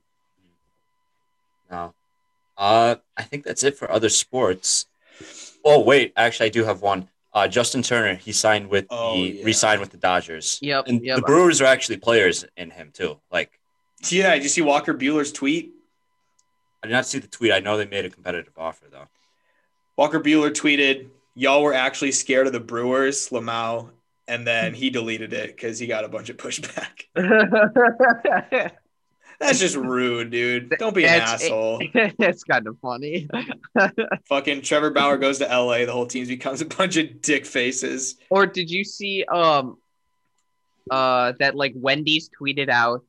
No. Uh, I think that's it for other sports. Oh wait, actually, I do have one. Uh, Justin Turner, he signed with Oh, the yeah. re-signed with the Dodgers, Yep. and yep. the Brewers are actually players in him too. Like Yeah. Did you see Walker Bueller's tweet? I did not see the tweet. I know they made a competitive offer though. Walker Bueller tweeted, "Y'all were actually scared of the Brewers, Lamau," and then he deleted it because he got a bunch of pushback. That's just rude, dude. Don't be an That's- asshole. (laughs) it's kind of funny. Fucking Trevor Bauer goes to LA. The whole team becomes a bunch of dick faces. Or did you see um uh that like Wendy's tweeted out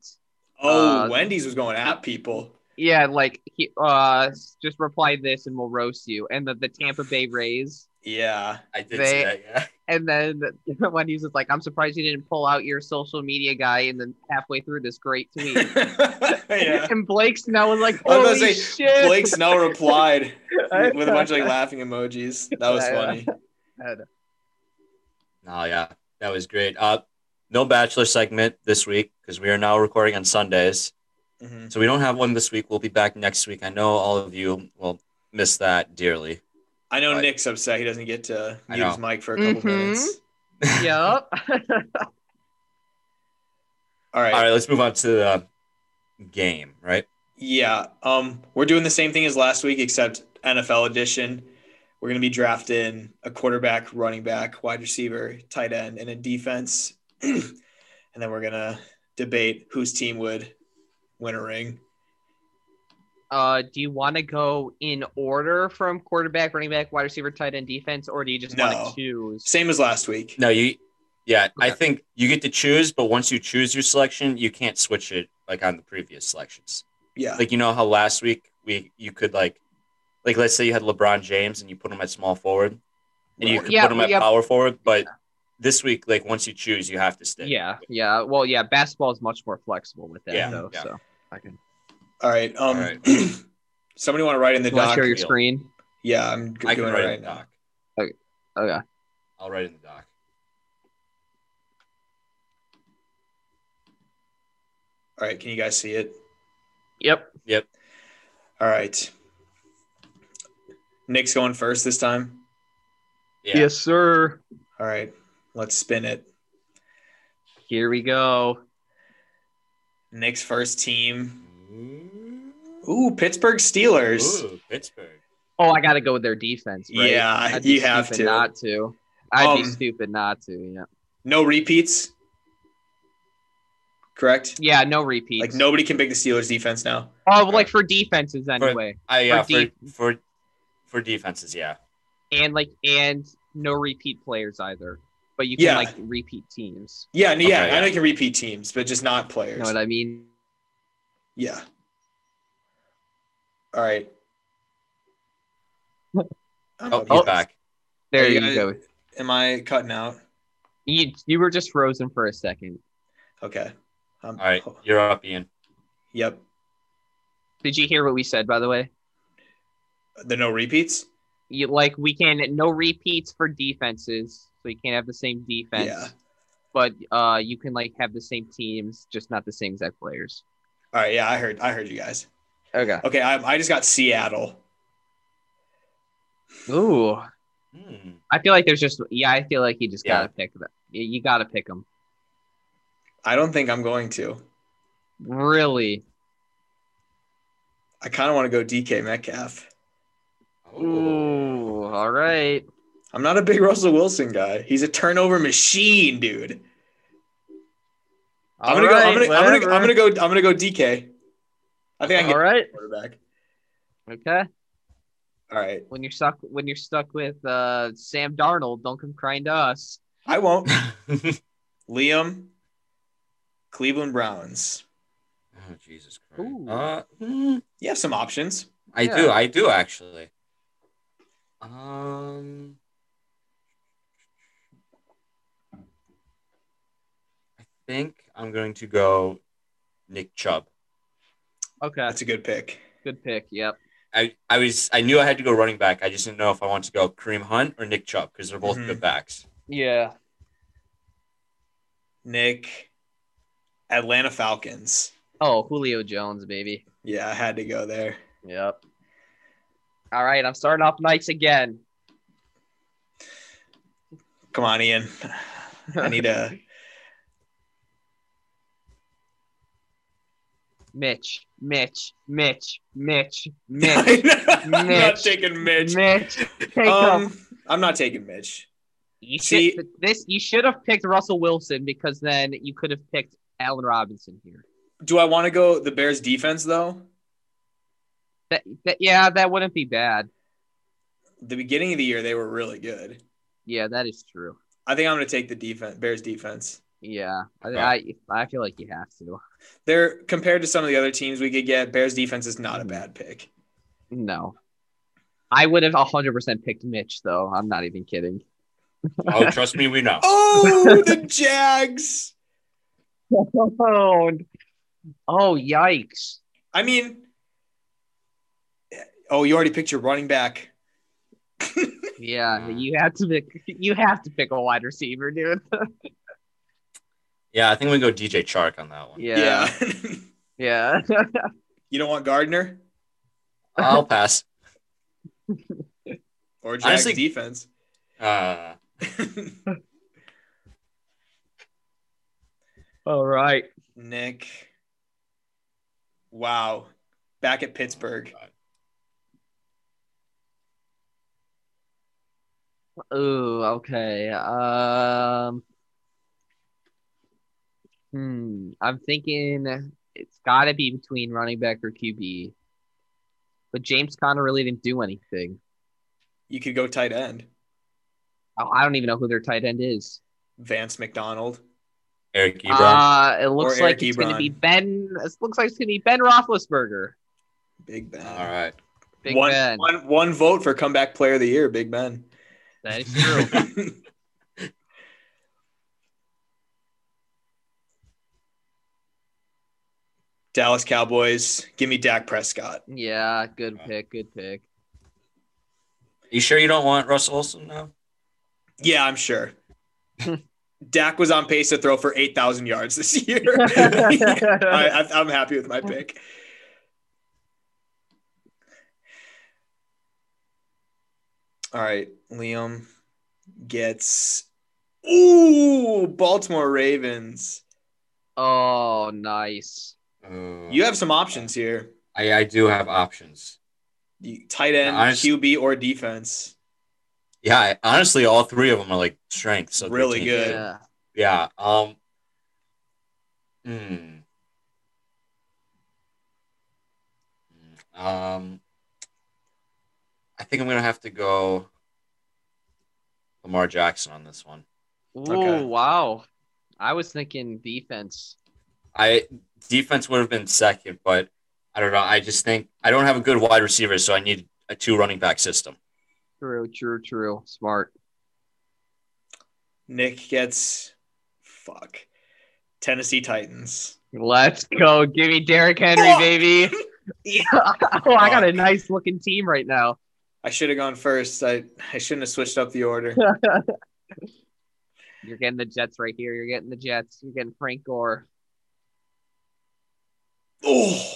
Oh, Uh, Wendy's was going at people. yeah like he, uh just reply this and we'll roast you and the, the Tampa Bay Rays Yeah. I did see They- that. Yeah. (laughs) and then (laughs) Wendy's is like I'm surprised you didn't pull out your social media guy and then halfway through this great tweet (laughs) (laughs) yeah. and Blake Snell was like I was holy gonna say, shit (laughs) Blake Snell replied I- with a bunch (laughs) of like laughing emojis. That was funny. No, yeah, that was great. Uh, no bachelor segment this week because we are now recording on Sundays, Mhm. so we don't have one this week. We'll be back next week. I know all of you will miss that dearly. I know Right. Nick's upset. He doesn't get to I mute his mic for a couple Mhm. minutes. yep All right. All right, let's move on to the game. Right? Yeah. Um, we're doing the same thing as last week, except NFL edition. We're going to be drafting a quarterback, running back, wide receiver, tight end, and a defense. (clears throat) and then we're going to debate whose team would win a ring. Uh, do you want to go in order from quarterback, running back, wide receiver, tight end, defense, or do you just No. want to choose? Same as last week. No, you. Yeah, I Okay. think you get to choose, but once you choose your selection, you can't switch it like on the previous selections. Yeah. Like you know how last week we you could like, like let's say you had LeBron James and you put him at small forward, and you Right. could Yeah, put him at yeah. power forward. But this week, like once you choose, you have to stick. Yeah, yeah. Well, yeah, basketball is much more flexible with that, Yeah, though. yeah. So I can. All right. Um, All right. (clears throat) somebody want to write in the Do you want doc? to share your wheel. screen? Yeah, I'm g- I can doing write it in right the now. doc. Oh yeah. I'll write in the doc. All right. Can you guys see it? Yep. All right. Nick's going first this time. Yeah. Yes, sir. All right. Let's spin it. Here we go. Nick's first team. Ooh, Pittsburgh Steelers. Ooh, Pittsburgh. Oh, I gotta go with their defense. Right? Yeah, I'd be you have stupid to. not to. I'd be Um, stupid not to. Yeah. No repeats. Correct? Yeah. No repeats. Like nobody can pick the Steelers defense now. Oh, like for defenses anyway, I yeah For for, def- for for defenses, yeah. and like and no repeat players either. But you can Yeah. like repeat teams. Yeah, no, yeah, Okay, yeah. I know you can repeat teams, but just not You players. know what I mean? yeah. All (laughs) right. Oh, he's Oh, back. There Are you you guys- go. Am I cutting out? You you were just frozen for a second. Okay. Um, All right, you're up, Ian. Yep. Did you hear what we said, by the way? The no repeats? You like we can no repeats for defenses, so you can't have the same defense. Yeah. But uh, you can like have the same teams, just not the same exact players. All right. Yeah, I heard. I heard you guys. Okay. Okay. I, I just got Seattle. Ooh, Hmm. I feel like there's just yeah, I feel like you just Yeah. gotta pick them. You, you gotta pick them. I don't think I'm going to. Really? I kind of want to go DK Metcalf. Oh. (laughs) Ooh, all right. I'm not a big Russell Wilson guy. He's a turnover machine, dude. I'm gonna go. I'm gonna, I'm gonna. I'm gonna go. I'm gonna go DK. I think I can All get right. a quarterback. Okay. All right, When you're stuck, when you're stuck with uh, Sam (laughs) Oh, Darnold, don't come crying to us. I won't. Liam Cleveland Browns. Oh Jesus Christ! Ooh. Uh, hmm, You have some options. I do, I do actually. Um, I think I'm going to go Nick Chubb. Okay, That's a good pick. good pick. Yep. I, I was I knew I had to go running back. I just didn't know if I wanted to go Kareem Hunt or Nick Chubb because they're both Mhm. good backs. Yeah. Nick, Atlanta Falcons. Oh, Julio Jones, baby. Yeah, I had to go there. Yep. All right, I'm starting off nice again. Come on, Ian. I need a (laughs) (laughs) Mitch, Mitch, Mitch, (laughs) Mitch, Mitch, Mitch. I'm not Mitch. taking Mitch. Mitch. Take him. Um, I'm not taking Mitch. You see- should, this you should have picked Russell Wilson because then you could have picked Allen Robinson here. Do I want to go the Bears defense though? That, that yeah, that wouldn't be bad. The beginning of the year they were really good. Yeah, that is true. I think I'm going to take the defense, Bears defense. Yeah, Okay. I, I I feel like you have to. They're compared to some of the other teams we could get. Bears defense is not a bad pick. No, I would have hundred percent picked Mitch though. I'm not even kidding. (laughs) Oh, trust me, we know. (laughs) (laughs) Oh, the Jags. oh, yikes! I mean, oh, you already picked your running back. Yeah, Mm. you have to pick. You have to pick a wide receiver, dude. (laughs) Yeah, I think we go DJ Chark on that one. Yeah, yeah. (laughs) (laughs) you don't want Gardner I'll pass. or Jags Honestly- defense. Uh, All right. Nick. Wow. Back at Pittsburgh. Ooh, okay. Um, hmm. I'm thinking it's got to be between running back or QB. But James Conner really didn't do anything. You could go tight end. I I don't even know who their tight end is. Vance McDonald. Eric Ebron. Uh, it looks Eric like it's going to be Ebron. Ben. It looks like it's going to be Ben Roethlisberger. Big Ben. All right. Big one, Ben. one- one vote for comeback player of the year, Big Ben. That is true. (laughs) (laughs) Dallas Cowboys. Give me Dak Prescott. yeah, good pick. Good pick. You sure you don't want Russell Wilson now? Yeah, I'm sure. Dak was on pace to throw for 8,000 yards this year. I, I, I, I'm happy with my pick. All right, Liam gets. Ooh, Baltimore Ravens. (laughs) oh, nice. Uh, You have some options here. I, I do have options. You- tight end, Honest- QB, or defense. Yeah, I, honestly, all three of them are like strengths. of their Really team. Good. Yeah. Yeah. Um. Hmm. Um. I think I'm gonna have to go Lamar Jackson on this one. Ooh, Okay. wow. I was thinking defense. I defense would have been second, but I don't know. I just think I don't have a good wide receiver, so I need a two running back system. True, true, true. Smart. Nick gets. Fuck. Tennessee Titans. Let's go. Give me Derrick Henry, Fuck. (laughs) baby. (laughs) Yeah. Oh, I got a nice looking team right now. I should have gone first. I, I shouldn't have switched up the order. You're getting the Jets right here. You're getting the Jets. You're getting Frank Gore. Oh.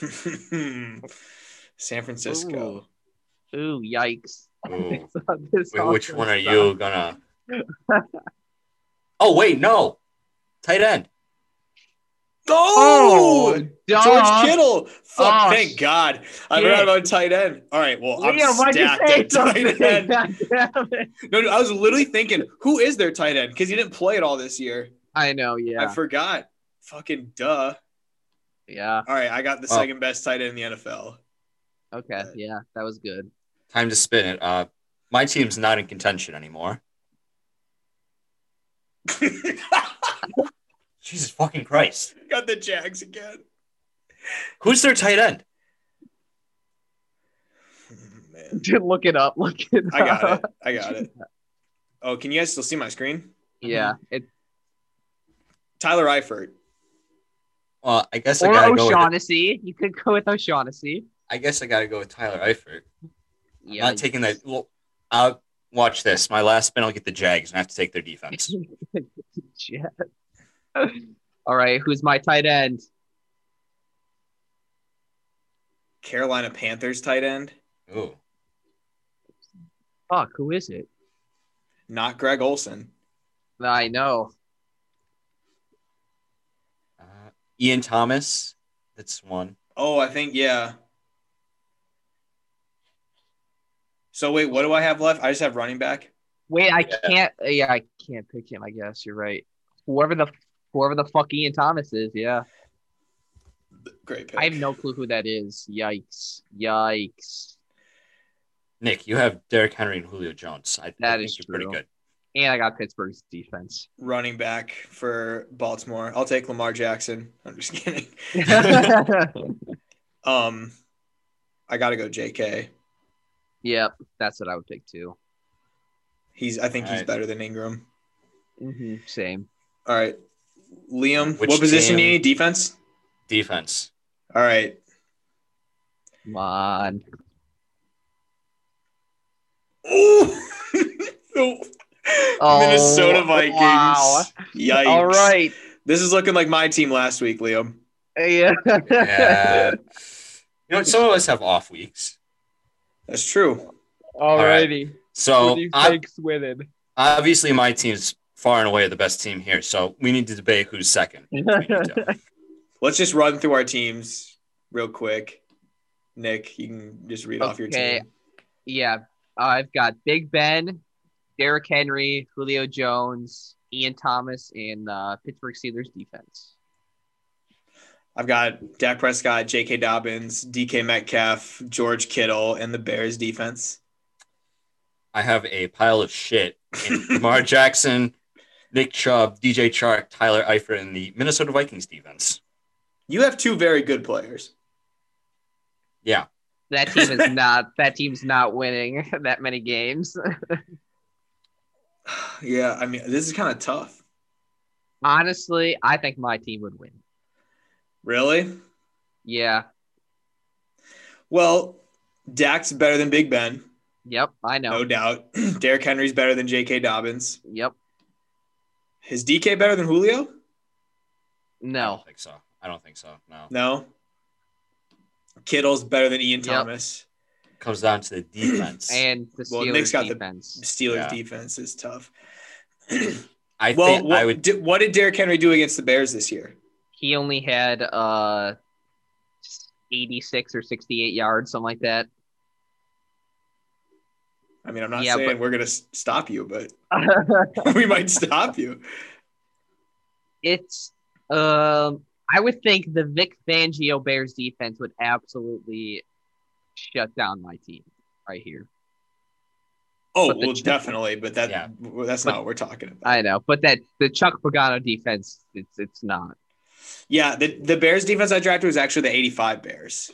(laughs) San Francisco. Ooh, yikes. (laughs) Ooh. This Wait, which offense one are you sucks. gonna? oh wait, no, tight end. Oh, George Duh. Kittle. Fuck, Oh, thank God. I forgot shit. about tight end. All right, well, I'm Liam, why'd you stacked say at tight something? (laughs) end. God damn it. No, no, I was literally thinking, who is their tight end? Because he didn't play it all this year. I know, I yeah. forgot. Fucking duh. Yeah. All right, I got the Oh. second best tight end in the NFL. Okay. Yeah. That was good. (laughs) Time to spin it. Uh, my team's not in contention anymore. Jesus fucking Christ. (laughs) Got the Jags again. (laughs) Who's their tight end? Man. Didn't look it up. Look it I got it. I got it. Oh, can you guys still see my screen? (laughs) Yeah. It, Tyler Eifert. Well, I guess I or gotta go. With, O'Shaughnessy. You could go with O'Shaughnessy. I guess I gotta go with Tyler Eifert. I'm Yeah. not taking (laughs) that. Well, I'll watch this. My last spin, I'll get the Jags and I have to take their defense. (laughs) Jets. All right. Who's my tight end? Carolina Panthers tight end. Ooh, Fuck. Who is it? Not Greg Olson. I know. uh, Ian Thomas. That's one. Oh, I think yeah. So wait, what do I have left? I just have running back. Wait, I Yeah. can't. Yeah, I can't pick him. I guess you're right. Whoever the whoever the fuck Ian Thomas is, yeah. Great pick. I have no clue who that is. Yikes! Yikes! Nick, you have Derrick Henry and Julio Jones. I, I That think is you're pretty true. good. And I got Pittsburgh's (laughs) defense. running back for Baltimore. I'll take Lamar Jackson. (laughs) I'm just kidding. Um, I gotta go J.K. (laughs) yep, that's what I would pick too. He's I think he's Alright. better than Ingram. hmm Same. All right, Liam. Which what position do team? you need? Defense. (laughs) Defense. All right, Come on. Ooh, (laughs) The Minnesota Oh, Vikings. wow. Yikes. All right. This is looking like my team last week, Liam. (laughs) Yeah. Yeah. you know, what? some of us have off weeks. That's true. Alrighty. So I, winning? obviously, my team's far and away the best team here. So we need to debate who's second. between you two. (laughs) Let's just run through our teams real quick. Nick, you can just read off your Okay. team. (laughs) Yeah, I've got Big Ben, Derrick Henry, Julio Jones, Ian Thomas, and uh, Pittsburgh Steelers defense. I've got Dak Prescott, J.K. Dobbins, DK Metcalf, George Kittle, and the Bears defense. I have a pile of shit in Lamar Jackson, Nick Chubb, DJ Chark, Tyler Eifert, and the Minnesota Vikings defense. You have two very good players. (sighs) Yeah. That team (laughs) is not. That team's not winning (laughs) that many games. Yeah, I mean, this is kind of tough. Honestly, I think my team would win. Really? Yeah. Well, Dak's better than Big Ben, Yep. I know. no doubt. (clears throat) Derrick Henry's better than J.K. Dobbins. Yep. Is DK better than Julio? I No. don't think so. I don't think so. No. No. Kittle's better than Ian Yep. Thomas. Comes down to the defense. And the Well, Steelers Nick's got the- defense. Steelers Yeah. defense is tough. (clears throat) I well, think what, I would di- what did Derrick Henry do against the Bears this year? He only had uh, 86 or 68 yards, something like that. (laughs) I mean, I'm not Yeah, saying but- we're going to stop you, but (laughs) (laughs) we might stop you. it's um I would think the Vic Fangio Bears defense would absolutely shut down my team right here. Oh, But the well, Chiefs- definitely, but that Yeah. well, that's But- not what we're talking about. I know, but that the Chuck Pagano defense, it's it's not. Yeah, the, the Bears defense I drafted was actually the 85 Bears.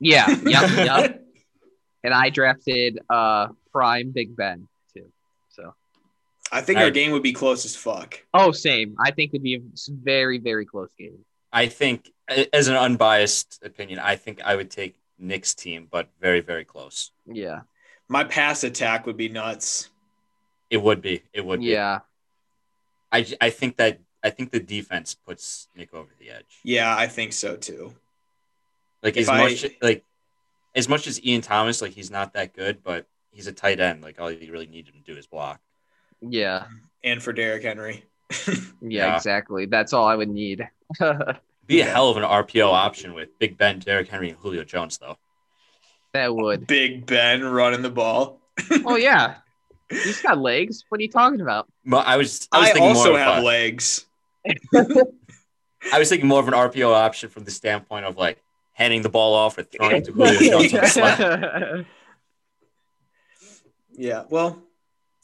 Yeah, yep, yep. And I drafted uh prime Big Ben too. So (laughs) I think our Alright. game would be close as fuck. oh, same. I think it'd be a s- very very close game. I think as an unbiased opinion, I think I would take Nick's team, but very, very close. Yeah, My pass attack would be nuts. It would be. It would be. yeah. I, j- I think that I think the defense puts Nick over the edge. Yeah, I think so too. Like If as I- much like as much as Ian Thomas, like he's not that good, but he's a tight end. Like all you really need him to do is block. Yeah, And for Derrick Henry. yeah, exactly. That's all I would need. (laughs) that Be a Yeah. hell of an RPO option with Big Ben, Derrick Henry, and Julio Jones, though. would. (laughs) Big Ben running the ball. Oh yeah, he's got legs. What are you talking about? But I was I was I, thinking also more have of a, legs. I was thinking more of an RPO option from the standpoint of like handing the ball off or Oh, throwing (laughs) it to Julio Jones. (laughs) on the slot. Yeah, well,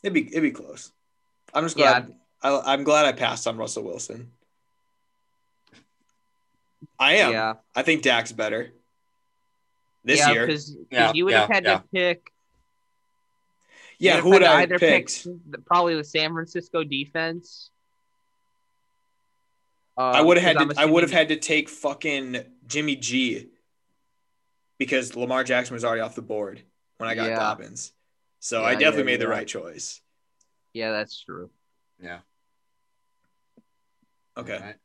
it'd be it'd be close. I'm just Yeah. glad I, I'm glad I passed on Russell Wilson. I am. Yeah. I think Dak's better this yeah, year. Because Yeah, you would have yeah, had yeah. to pick. you Yeah, would've who would had to I either pick? pick the- Probably the San Francisco defense. I um, would have 'cause had I'm to, I would have assuming- had to take fucking Jimmy G because Lamar Jackson was already off the board when I got Yeah. Dobbins. So Yeah, I yeah, definitely made the yeah. right choice. Yeah, that's true. Yeah. Okay. Alright.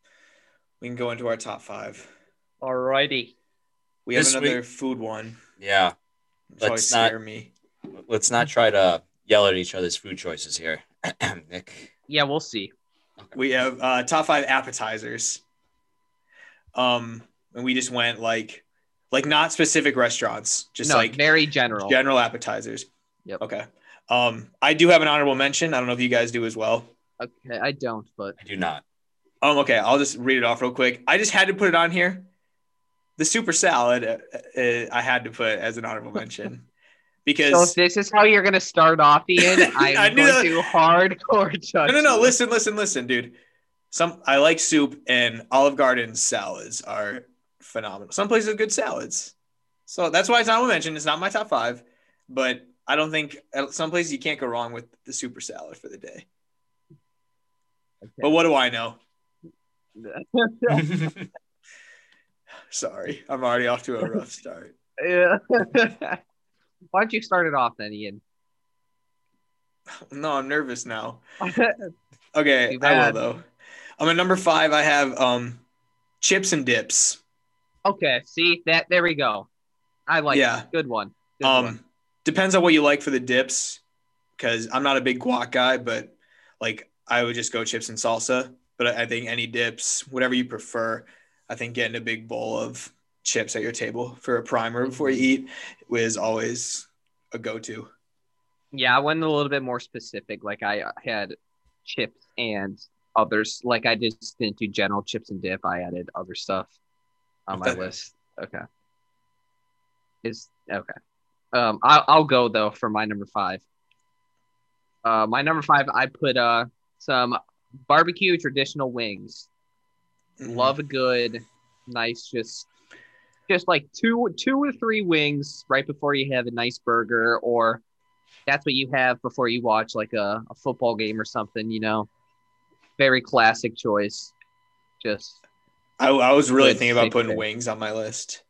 We can go into our top five. Alrighty. We This have another food one. Yeah. It's always Let's not- scare me. Let's not try to yell at each other's food choices here. (clears throat) Nick. Yeah, we'll see. We have uh, top five appetizers. Um, and we just went like, like not specific restaurants, just no, like very general. general appetizers. Yep. Okay. Um, I do have an honorable mention. I don't know if you guys do as well. okay, I don't, but I do not. (laughs) Um, okay, I'll just read it off real quick. I just had to put it on here. The super salad, uh, uh, I had to put as an honorable mention so if because this is how you're gonna start off, (laughs) Ian, I'm I knew going that- to hardcore no, judge. no, no. you. Listen, listen, listen, dude. Some I like soup and Olive Garden salads are phenomenal. Some places have good salads, so that's why it's not mentioned. It's not my top five, but I don't think at some places you can't go wrong with the super salad for the day. But what do I know? Sorry, I'm already off to a rough start. Yeah. Why don't you start it off then, Ian? (laughs) No, I'm nervous now. Okay, Too I will bad. though. I'm at number five. I have um, chips and dips. okay, see that there we go. I like Yeah. it. Good one. Good one. Um, depends on what you like for the dips, because I'm not a big guac guy, but like I would just go chips and salsa. But I I think any dips, whatever you prefer, I think getting a big bowl of chips at your table for a primer Mm-hmm. before you eat is always a go-to. Yeah, I went a little bit more specific. Like I had chips and others. Like I just didn't do general chips and dip. I added other stuff on my Okay. list. Okay. Is okay. Um, I'll I'll go though for my number five. Uh, my number five, I put uh some barbecue traditional wings. love a good nice just just like two two or three wings right before you have a nice burger or that's what you have before you watch like a, a football game or something you know very classic choice just I, I was really Good thinking about steak putting there. wings on my list.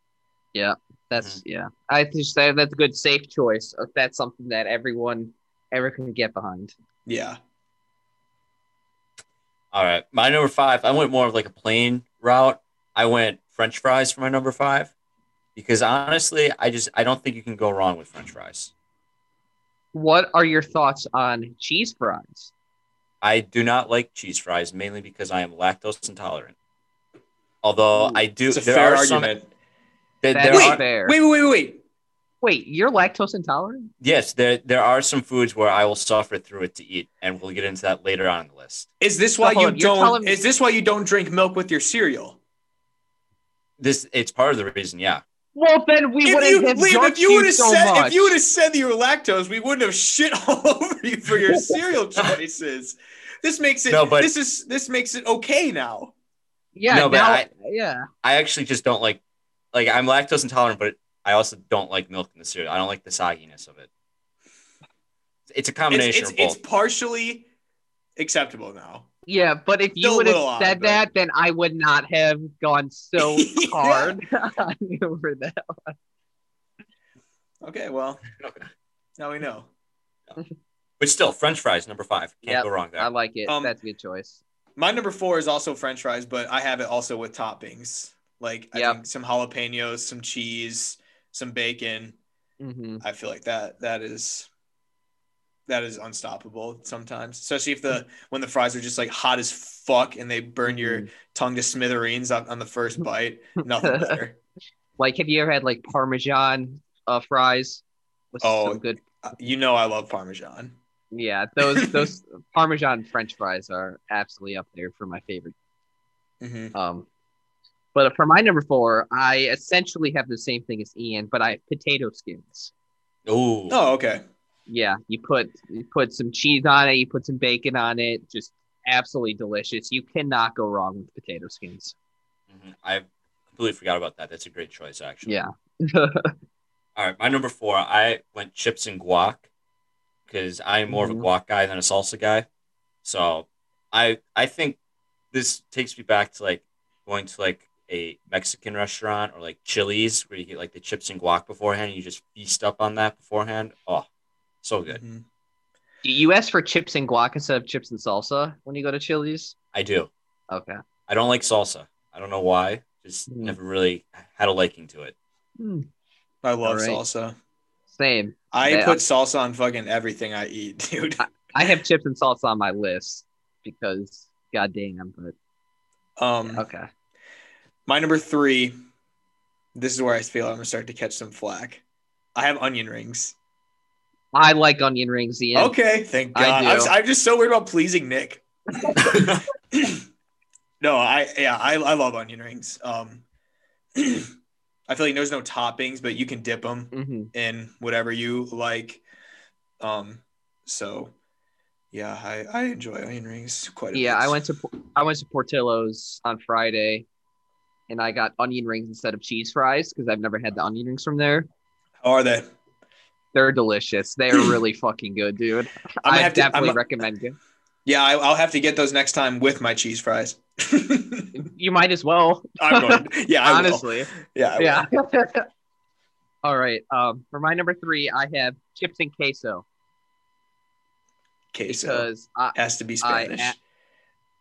that's Mm-hmm. yeah i just say that's a good safe choice if that's something that everyone ever can get behind Yeah. All right. My number five, I went more of like a plain route. I went French fries for my number five because honestly, I just I don't think you can go wrong with French fries. what are your thoughts on cheese fries I do not like cheese fries mainly because I am lactose intolerant. Although Ooh, I do, It's a there fair are argument. some there, there that's are, fair Wait, wait, wait, wait. wait you're lactose intolerant yes, there there are some foods where I will suffer through it to eat, and we'll get into that later on in the list. Is this why hold you on, you're telling don't? me- Is this why you don't drink milk with your cereal? This it's part of the reason, yeah. well then we If wouldn't you, have Liam, if judged you would have so said much. if you would have said that you were lactose, we wouldn't have (laughs) shit all over you for (laughs) your cereal choices. This makes it. No, but- this is this makes it okay now. Yeah, No, but now- I- yeah. I actually just don't like like I'm lactose intolerant, but I also don't like milk in the cereal. I don't like the sogginess of it. It's a It's, combination it's, of both. it's partially acceptable now. Yeah, but if Still a you would have little odd, said but- that, then I would not have gone so (laughs) Yeah. hard (laughs) over that. Okay, well, now we know. but still, French fries number five can't Yep, go wrong there. I like it. Um, That's a good choice. My number four is also French fries, but I have it also with toppings like I Yep. think some jalapenos, some cheese, some bacon. hmm I feel like that that is that is unstoppable sometimes, especially if the Mm-hmm. when the fries are just like hot as fuck and they burn your tongue to smithereens on, on the Mm-hmm. first bite. Nothing (laughs) better. Like, have you ever had like Parmesan uh, fries? With Oh. some good. Uh, You know I love Parmesan. Yeah, those those (laughs) Parmesan French fries are absolutely up there for my favorite. hmm Um, but for my number four, I essentially have the same thing as Ian, but I have potato skins. Ooh. Oh, okay. yeah you put you put some cheese on it you put some bacon on it just absolutely delicious. You cannot go wrong with potato skins. Mhm. I completely forgot about that. That's a great choice, actually. Yeah. (laughs) All right, my number four. I went chips and guac because I am more of Mhm. a guac guy than a salsa guy. So I I think this takes me back to like going to like a Mexican restaurant or like Chili's where you get like the chips and guac beforehand. And you just feast up on that beforehand. Oh, so good. Mhm. you ask for chips and guac instead of chips and salsa when you go to Chili's? I do. Okay. I don't like salsa. I don't know why. Just Mhm. never really had a liking to it. I love Alright. salsa. Same. I Yeah. put salsa on fucking everything I eat, (laughs) dude. I have chips and salsa on my list because god damn, but Um, okay. my number three. This is where I feel I'm gonna start to catch some flack. I have onion rings. I like onion rings, Ian. Okay, thank I God. do. I am just so worried about pleasing Nick. (laughs) no, I yeah, I, I love onion rings. Um, (clears throat) I feel like there's no toppings, but you can dip them hmm in whatever you like. Um, so yeah, I, I enjoy onion rings quite a bit. Yeah, I went to I went to Portillo's on Friday, and I got onion rings instead of cheese fries because I've never had the onion rings from there. How are they? They're delicious. They are really fucking good, dude. I'm I gonna have to- definitely I'm- recommend you. Yeah, I, I'll have to get those next time with my cheese fries. (laughs) You might as well, I'm going. (laughs) Yeah, (laughs) I will. honestly. Yeah, I will. Yeah. (laughs) All right. Um, for my number three, I have chips and queso Queso because I, has to be I-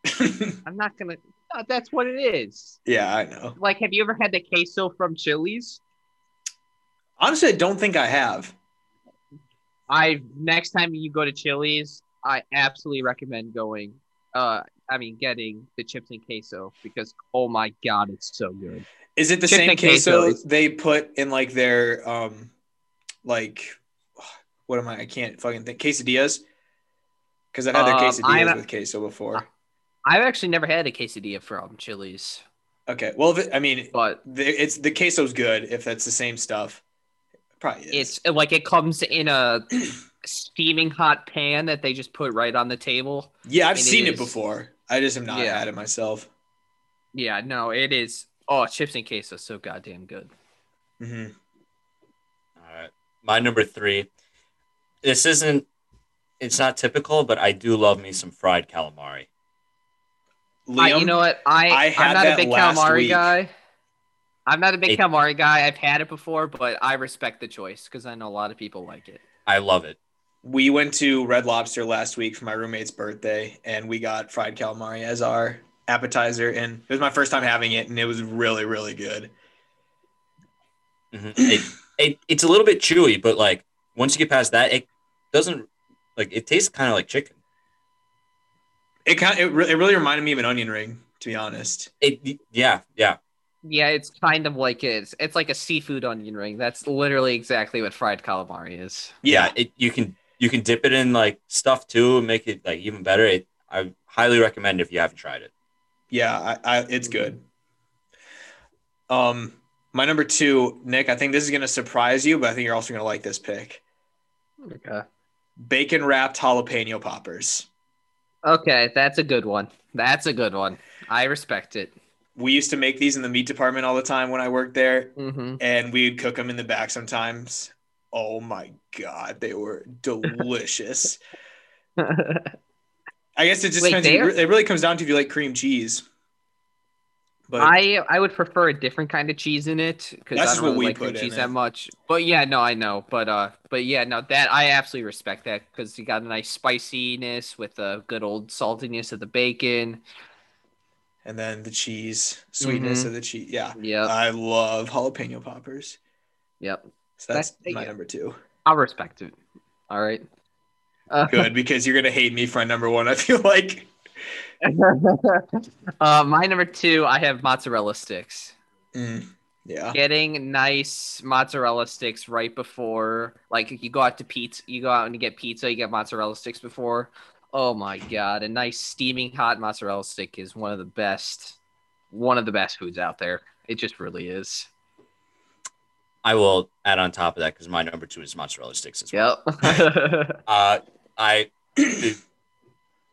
Spanish. I'm not gonna. No, that's what it is. (laughs) yeah, I know. Like, have you ever had the queso from Chili's? Honestly, I don't think I have. I next time you go to Chili's, I absolutely recommend going. Uh, I mean, getting the chips and queso because oh my god, it's so good. Is it the Chips same and queso queso is- they put in like their um like what am I? I can't fucking think quesadillas. Because I've had their Um, quesadillas I'm- with queso before. I've actually never had a quesadilla from Chili's, Okay, well, if it, I mean, but the, it's the queso's good if that's the same stuff. Probably is. it's like it comes in a steaming hot pan that they just put right on the table. yeah, I've it seen it is- before. I just have not Yeah. had it myself. Yeah, no, it is. Oh, chips and queso, so goddamn good. hmm All right. My number three. This isn't. It's not typical, but I do love me some fried calamari. Liam, I, Uh, you know what? I, I I had am not that a big last calamari week. guy. I'm not a big It- calamari guy. I've had it before, but I respect the choice because I know a lot of people like it. I love it. we went to Red Lobster last week for my roommate's birthday, and we got fried calamari as our appetizer, and it was my first time having it, and it was really, really good. Mhm. It, it it's a little bit chewy, but like once you get past that, it doesn't like it tastes kind of like chicken. It kind of, it, re- it really reminded me of an onion ring, to be honest. It yeah yeah Yeah, it's kind of like it's it's like a seafood onion ring. That's literally exactly what fried calamari is. Yeah, It you can you can dip it in like stuff too and make it like even better. It, I highly recommend if you haven't tried it. yeah, I, I, it's good. Um, my number two, Nick. I think this is gonna surprise you, but I think you're also gonna like this pick: Okay. bacon wrapped jalapeno poppers. Okay, that's a good one. That's a good one. I respect it. We used to make these in the meat department all the time when I worked there, (laughs) hmm and we'd cook them in the back sometimes. Oh my god, they were delicious. I guess it just Wait, depends. It they're- re- it really comes down to if you like cream cheese. But I I would prefer a different kind of cheese in it because I That's don't what really we like cream put in cheese it. that much. But yeah, no, I know. But uh, but yeah, no, that I absolutely respect that because you got a nice spiciness with the good old saltiness of the bacon. and then the cheese, sweetness Mhm. of the cheese. Yeah, Yeah, I love jalapeno poppers. Yep. So that's That's- my yeah. number (laughs) two. I'll respect it. All right. Uh, Good because you're gonna hate me for number one. I feel like uh, my number two, I have mozzarella sticks. Mm, yeah, Getting nice mozzarella sticks right before, like you go out to pizza, you go out and get pizza, you get mozzarella sticks before. Oh my god, a nice steaming hot mozzarella stick is one of the best, one of the best foods out there. It just really is. I will add on top of that because my number two is mozzarella sticks as well. Yep. Uh, I Uh,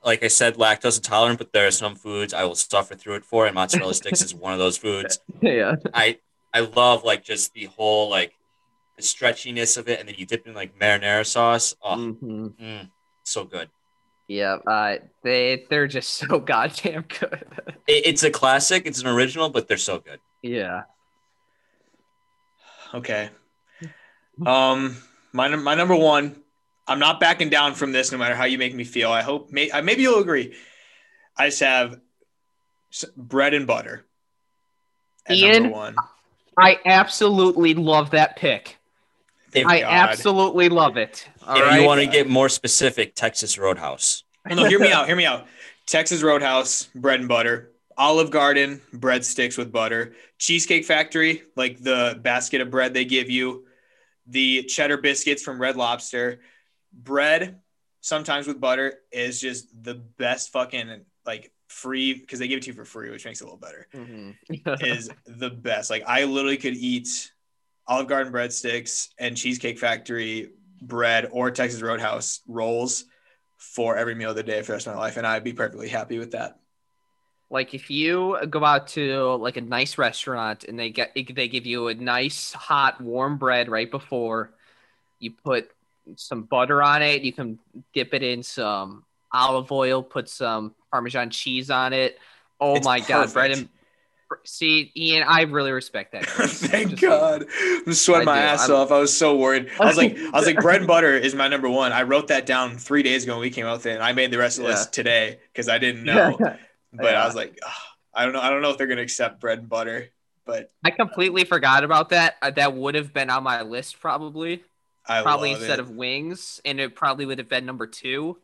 like I said, lactose intolerant, but there are some foods I will suffer through it for, and mozzarella sticks is one of those foods. (laughs) yeah. I I love like just the whole like the stretchiness of it, and then you dip it in like marinara sauce. Oh, Mhm. mm, so good. Yeah. Uh, they they're just so (laughs) goddamn good. It, it's a classic. It's an original, but they're so good. yeah. Okay. Um, my num- my number one. I'm not backing down from this, no matter how you make me feel. I hope may, uh, maybe you'll agree. I just have s- bread and butter. at Ian? number one. I absolutely love that pick. If, I God. absolutely love it. All if right. you want to get more specific, Texas Roadhouse. Well, Oh, no, hear me out. Hear me out. Texas Roadhouse, bread and butter. Olive Garden, breadsticks with butter. Cheesecake Factory, like the basket of bread they give you. The cheddar biscuits from Red Lobster. Bread, sometimes with butter, is just the best fucking like free because they give it to you for free, which makes it a little better. Mhm. Is the best. Like I literally could eat Olive Garden breadsticks and Cheesecake Factory bread or Texas Roadhouse rolls for every meal of the day for the rest of my life, and I'd be perfectly happy with that. Like if you go out to like a nice restaurant and they get they give you a nice hot warm bread right before, you put some butter on it. You can dip it in some olive oil, put some Parmesan cheese on it. Oh It's my god, bread and perfect. see Ian, I really respect that. (laughs) choice. Thank Just so you know. God, I'm sweating my I do. ass I'm- off. I was so worried. I was like, I was like, bread and butter is my number one. I wrote that down three days ago when we came out with it, and I made the rest of the Yeah. list today because I didn't (laughs) know. But Yeah. I was like, "Ugh, I don't know, I don't know if they're gonna accept bread and butter, but I completely forgot about that. Uh, that would have been on my list probably. I probably love instead it. of wings, and it probably would have been number two.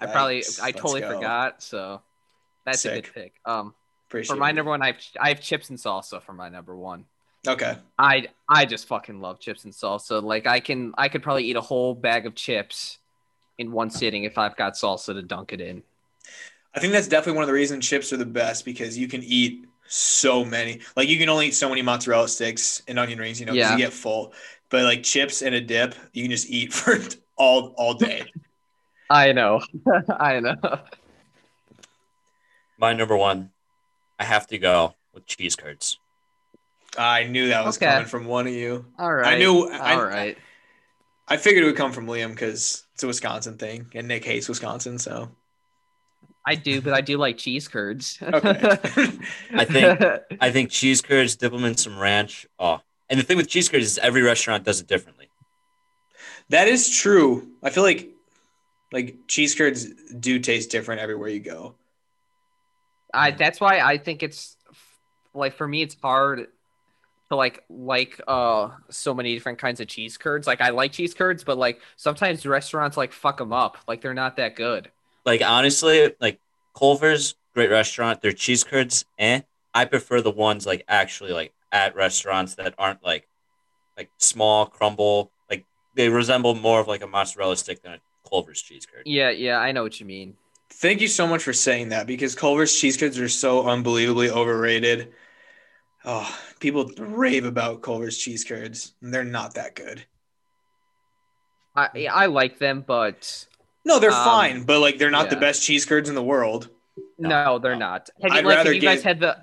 I Yikes. probably, I Let's totally go. forgot. So that's a Sick. good pick. Um, Appreciate for my it. number one, I have I have chips and salsa for my number one. Okay, I I just fucking love chips and salsa. Like I can I could probably eat a whole bag of chips in one sitting if I've got salsa to dunk it in. I think that's definitely one of the reasons chips are the best because you can eat so many. Like you can only eat so many mozzarella sticks and onion rings, you know, 'cause Yeah. you get full. But like chips and a dip, you can just eat (laughs) for all all day. (laughs) I know, (laughs) I know. My number one, I have to go with cheese curds. I knew that was Okay. coming from one of you. All right, knew- I- All right. I figured it would come from Liam because it's a Wisconsin thing, and Nick hates Wisconsin, so I do, but I do like cheese curds. (laughs) okay. I think I think cheese curds, dip them in some ranch. Oh, and the thing with cheese curds is every restaurant does it differently. that is true. I feel like like cheese curds do taste different everywhere you go. I Mhm. that's why I think it's like for me it's hard to like like uh so many different kinds of cheese curds. Like I like cheese curds, but like sometimes restaurants like fuck them up. Like they're not that good. Like honestly, like Culver's, great restaurant. Their cheese curds, eh? I prefer the ones like actually like at restaurants that aren't like like small crumble. Like they resemble more of like a mozzarella stick than a Culver's cheese curd. Yeah, yeah, I know what you mean. Thank you so much for saying that because Culver's cheese curds are so unbelievably overrated. Oh, people rave about Culver's cheese curds. and They're not that good. I Mm-hmm. yeah, I like them, but No, they're Um, fine, but like they're not the yeah. best cheese curds in the world. no, they're not. Have you, I'd like, rather have you guys get- had the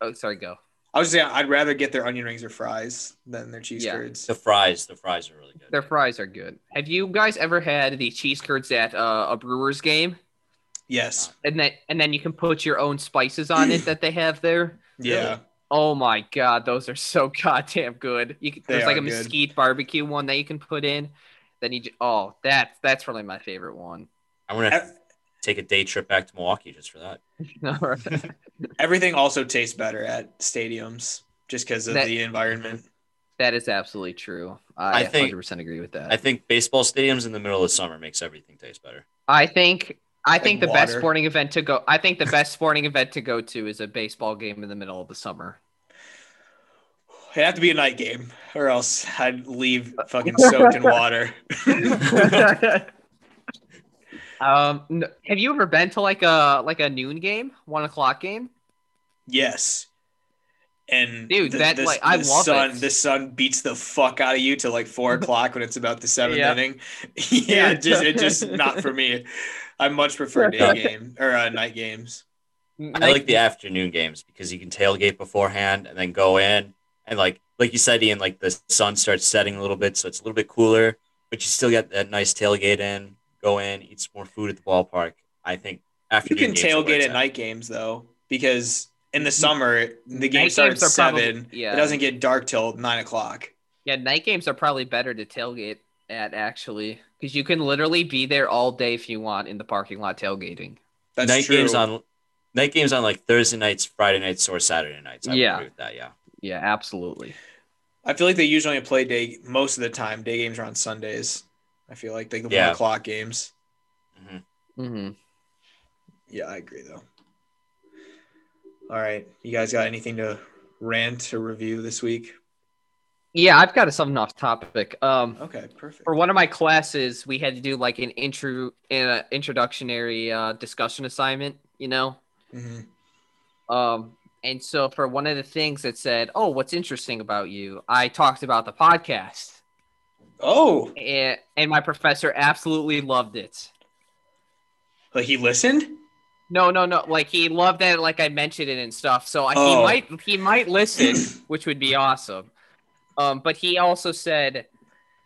Oh, sorry, go. I was saying I'd rather get their onion rings or fries than their cheese Yeah. curds. The fries, the fries are really good. Their fries are good. Have you guys ever had the cheese curds at uh, a Brewers game? Yes. And then and then you can put your own spices on (clears throat) it that they have there. Yeah. Oh my god, those are so (laughs) goddamn good. You can, They there's like are a good. mesquite barbecue one that you can put in. Then you j- oh that's that's really my favorite one. (laughs) I'm gonna Ev- take a day trip back to Milwaukee just for that. All right. Everything also tastes better at stadiums just because of That- the environment. that is absolutely true. I, I think- 100% agree with I that. think baseball stadiums in the middle of summer makes everything taste (laughs) better. I think I think the Like best water. sporting event to go I think the best sporting event to go to is a baseball game in the middle of the summer. It'd have to be a night game or else I'd leave (laughs) fucking soaked in water. um n- have you ever been to like a like a noon game, 1 o'clock game? Yes. And Dude, that, like, I the love sun, it. The sun beats the fuck out of you (laughs) till like four o'clock when it's about the seventh Yeah. inning. (laughs) yeah, Yeah. (laughs) it just it just not for me. I much prefer day game or uh, night games. I like the afternoon games because you can tailgate beforehand and then go in and like like you said, Ian, like the sun starts setting a little bit, so it's a little bit cooler, but you still get that nice tailgate in. Go in, eat some more food at the ballpark. I think You afternoon can games are where tailgate it's at night games though, because in the summer the game Mm-hmm. games starts at are probably- seven. yeah. It doesn't get dark till nine o'clock. Yeah, night games are probably better to tailgate at actually, because you can literally be there all day if you want in the parking lot tailgating. That's night true. games on night games on like Thursday nights, Friday nights, or Saturday nights. I would Yeah. agree with that. Yeah, Yeah, absolutely. I feel like they usually only play day most of the time. Day games are on Sundays. I feel like like the Yeah. one o'clock games. hmm Yeah, I agree though. All right, you guys got anything to rant or review this week? Yeah, I've got something off topic. Um, Okay, perfect. for one of my classes, we had to do like an intro, an uh, introductionary uh, discussion assignment. You know, hmm Um, and so for one of the things that said, "Oh, what's interesting about you?" I talked about the podcast, Oh, and, and my professor absolutely loved it. like he listened. No, no, no. Like he loved that, like I mentioned it and stuff. So I Oh. he might he might listen, (clears throat) which would be awesome. Um, but he also said,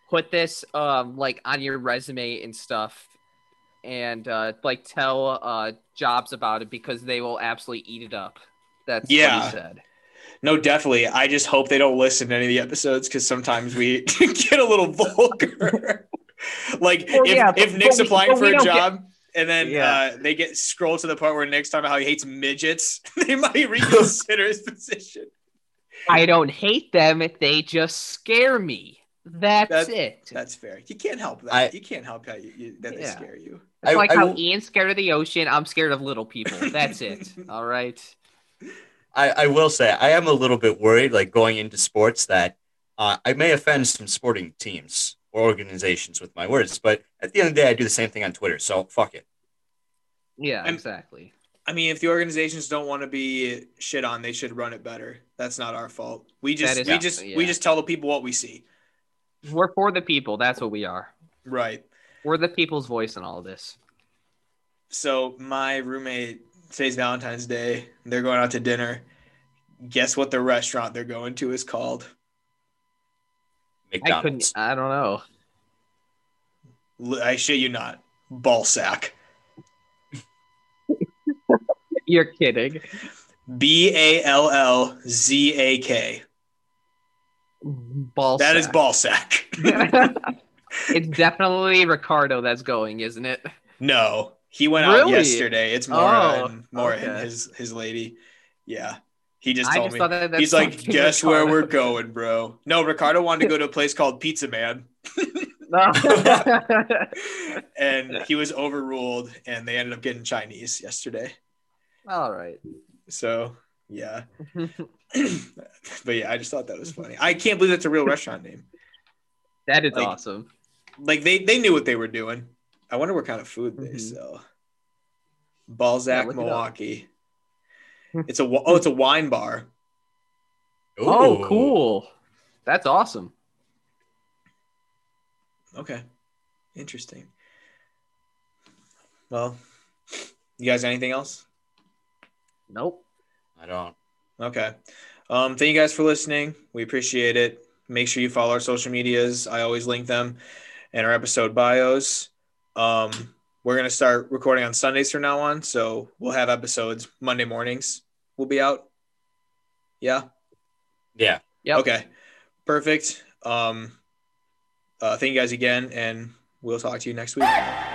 put this um like on your resume and stuff, and uh, like tell uh jobs about it because they will absolutely eat it up. That's what Yeah. he said. No, definitely. I just hope they don't listen to any of the episodes because sometimes we (laughs) get a little vulgar. (laughs) like Well, if, yeah, but- if Nick's but we- applying but for we a don't get- job and then Yeah. uh, they get scroll to the part where Nick's talking about how he hates midgets, (laughs) they might reconsider his position. I don't hate them. They just scare me. That's, That's- it. That's fair. You can't help that. I- you can't help how you, you, that they Yeah. scare you. it's I- like I how will- Ian's scared of the ocean. I'm scared of little people. That's it. All right. I, I will say I am a little bit worried, like going into sports, that uh, I may offend some sporting teams or organizations with my words. But at the end of the day, I do the same thing on Twitter, so fuck it. Yeah, I'm- exactly. I mean, if the organizations don't want to be shit on, they should run it better. That's not our fault. We just That is- we Yeah. just yeah. we just tell the people what we see. We're for the people. That's what we are. Right. We're the people's voice in all this. So my roommate today's Valentine's Day. They're going out to dinner. Guess what the restaurant they're going to is called? I couldn't. McDonald's. I don't know. (laughs) L- I shit you not. Ballsack. You're kidding. B A L L Z A K. Ball. That is sack. ballsack. (laughs) (laughs) it's definitely Ricardo that's going, isn't it? no, he went out Really? yesterday. It's Mora Oh, and Mora and okay. his his lady. Yeah, he just I told just me. thought that. That's He's like, something (laughs) guess where we're Ricardo- going, bro. No, Ricardo wanted to go to a place called Pizza Man. No. (laughs) and he was overruled and they ended up getting chinese yesterday (laughs) all right. (laughs) so yeah (clears throat) but yeah i just thought that was funny i can't believe that's a real restaurant name That is Like- awesome. like they they knew what they were doing i wonder what kind of food they Mhm. sell balzac Yeah, look it up. milwaukee it's a wa- oh it's a wine bar Ooh. Oh, cool. That's awesome. okay interesting well you guys got anything else Nope. I don't. Okay. Um, thank you guys for listening. We appreciate it. Make sure you follow our social medias. I always link them in our episode bios. Um, we're going to start recording on Sundays from now on. So we'll have episodes Monday mornings. We'll be out. Yeah. Yeah. Yep. Okay. Perfect. Um, uh, thank you guys again. And we'll talk to you next week.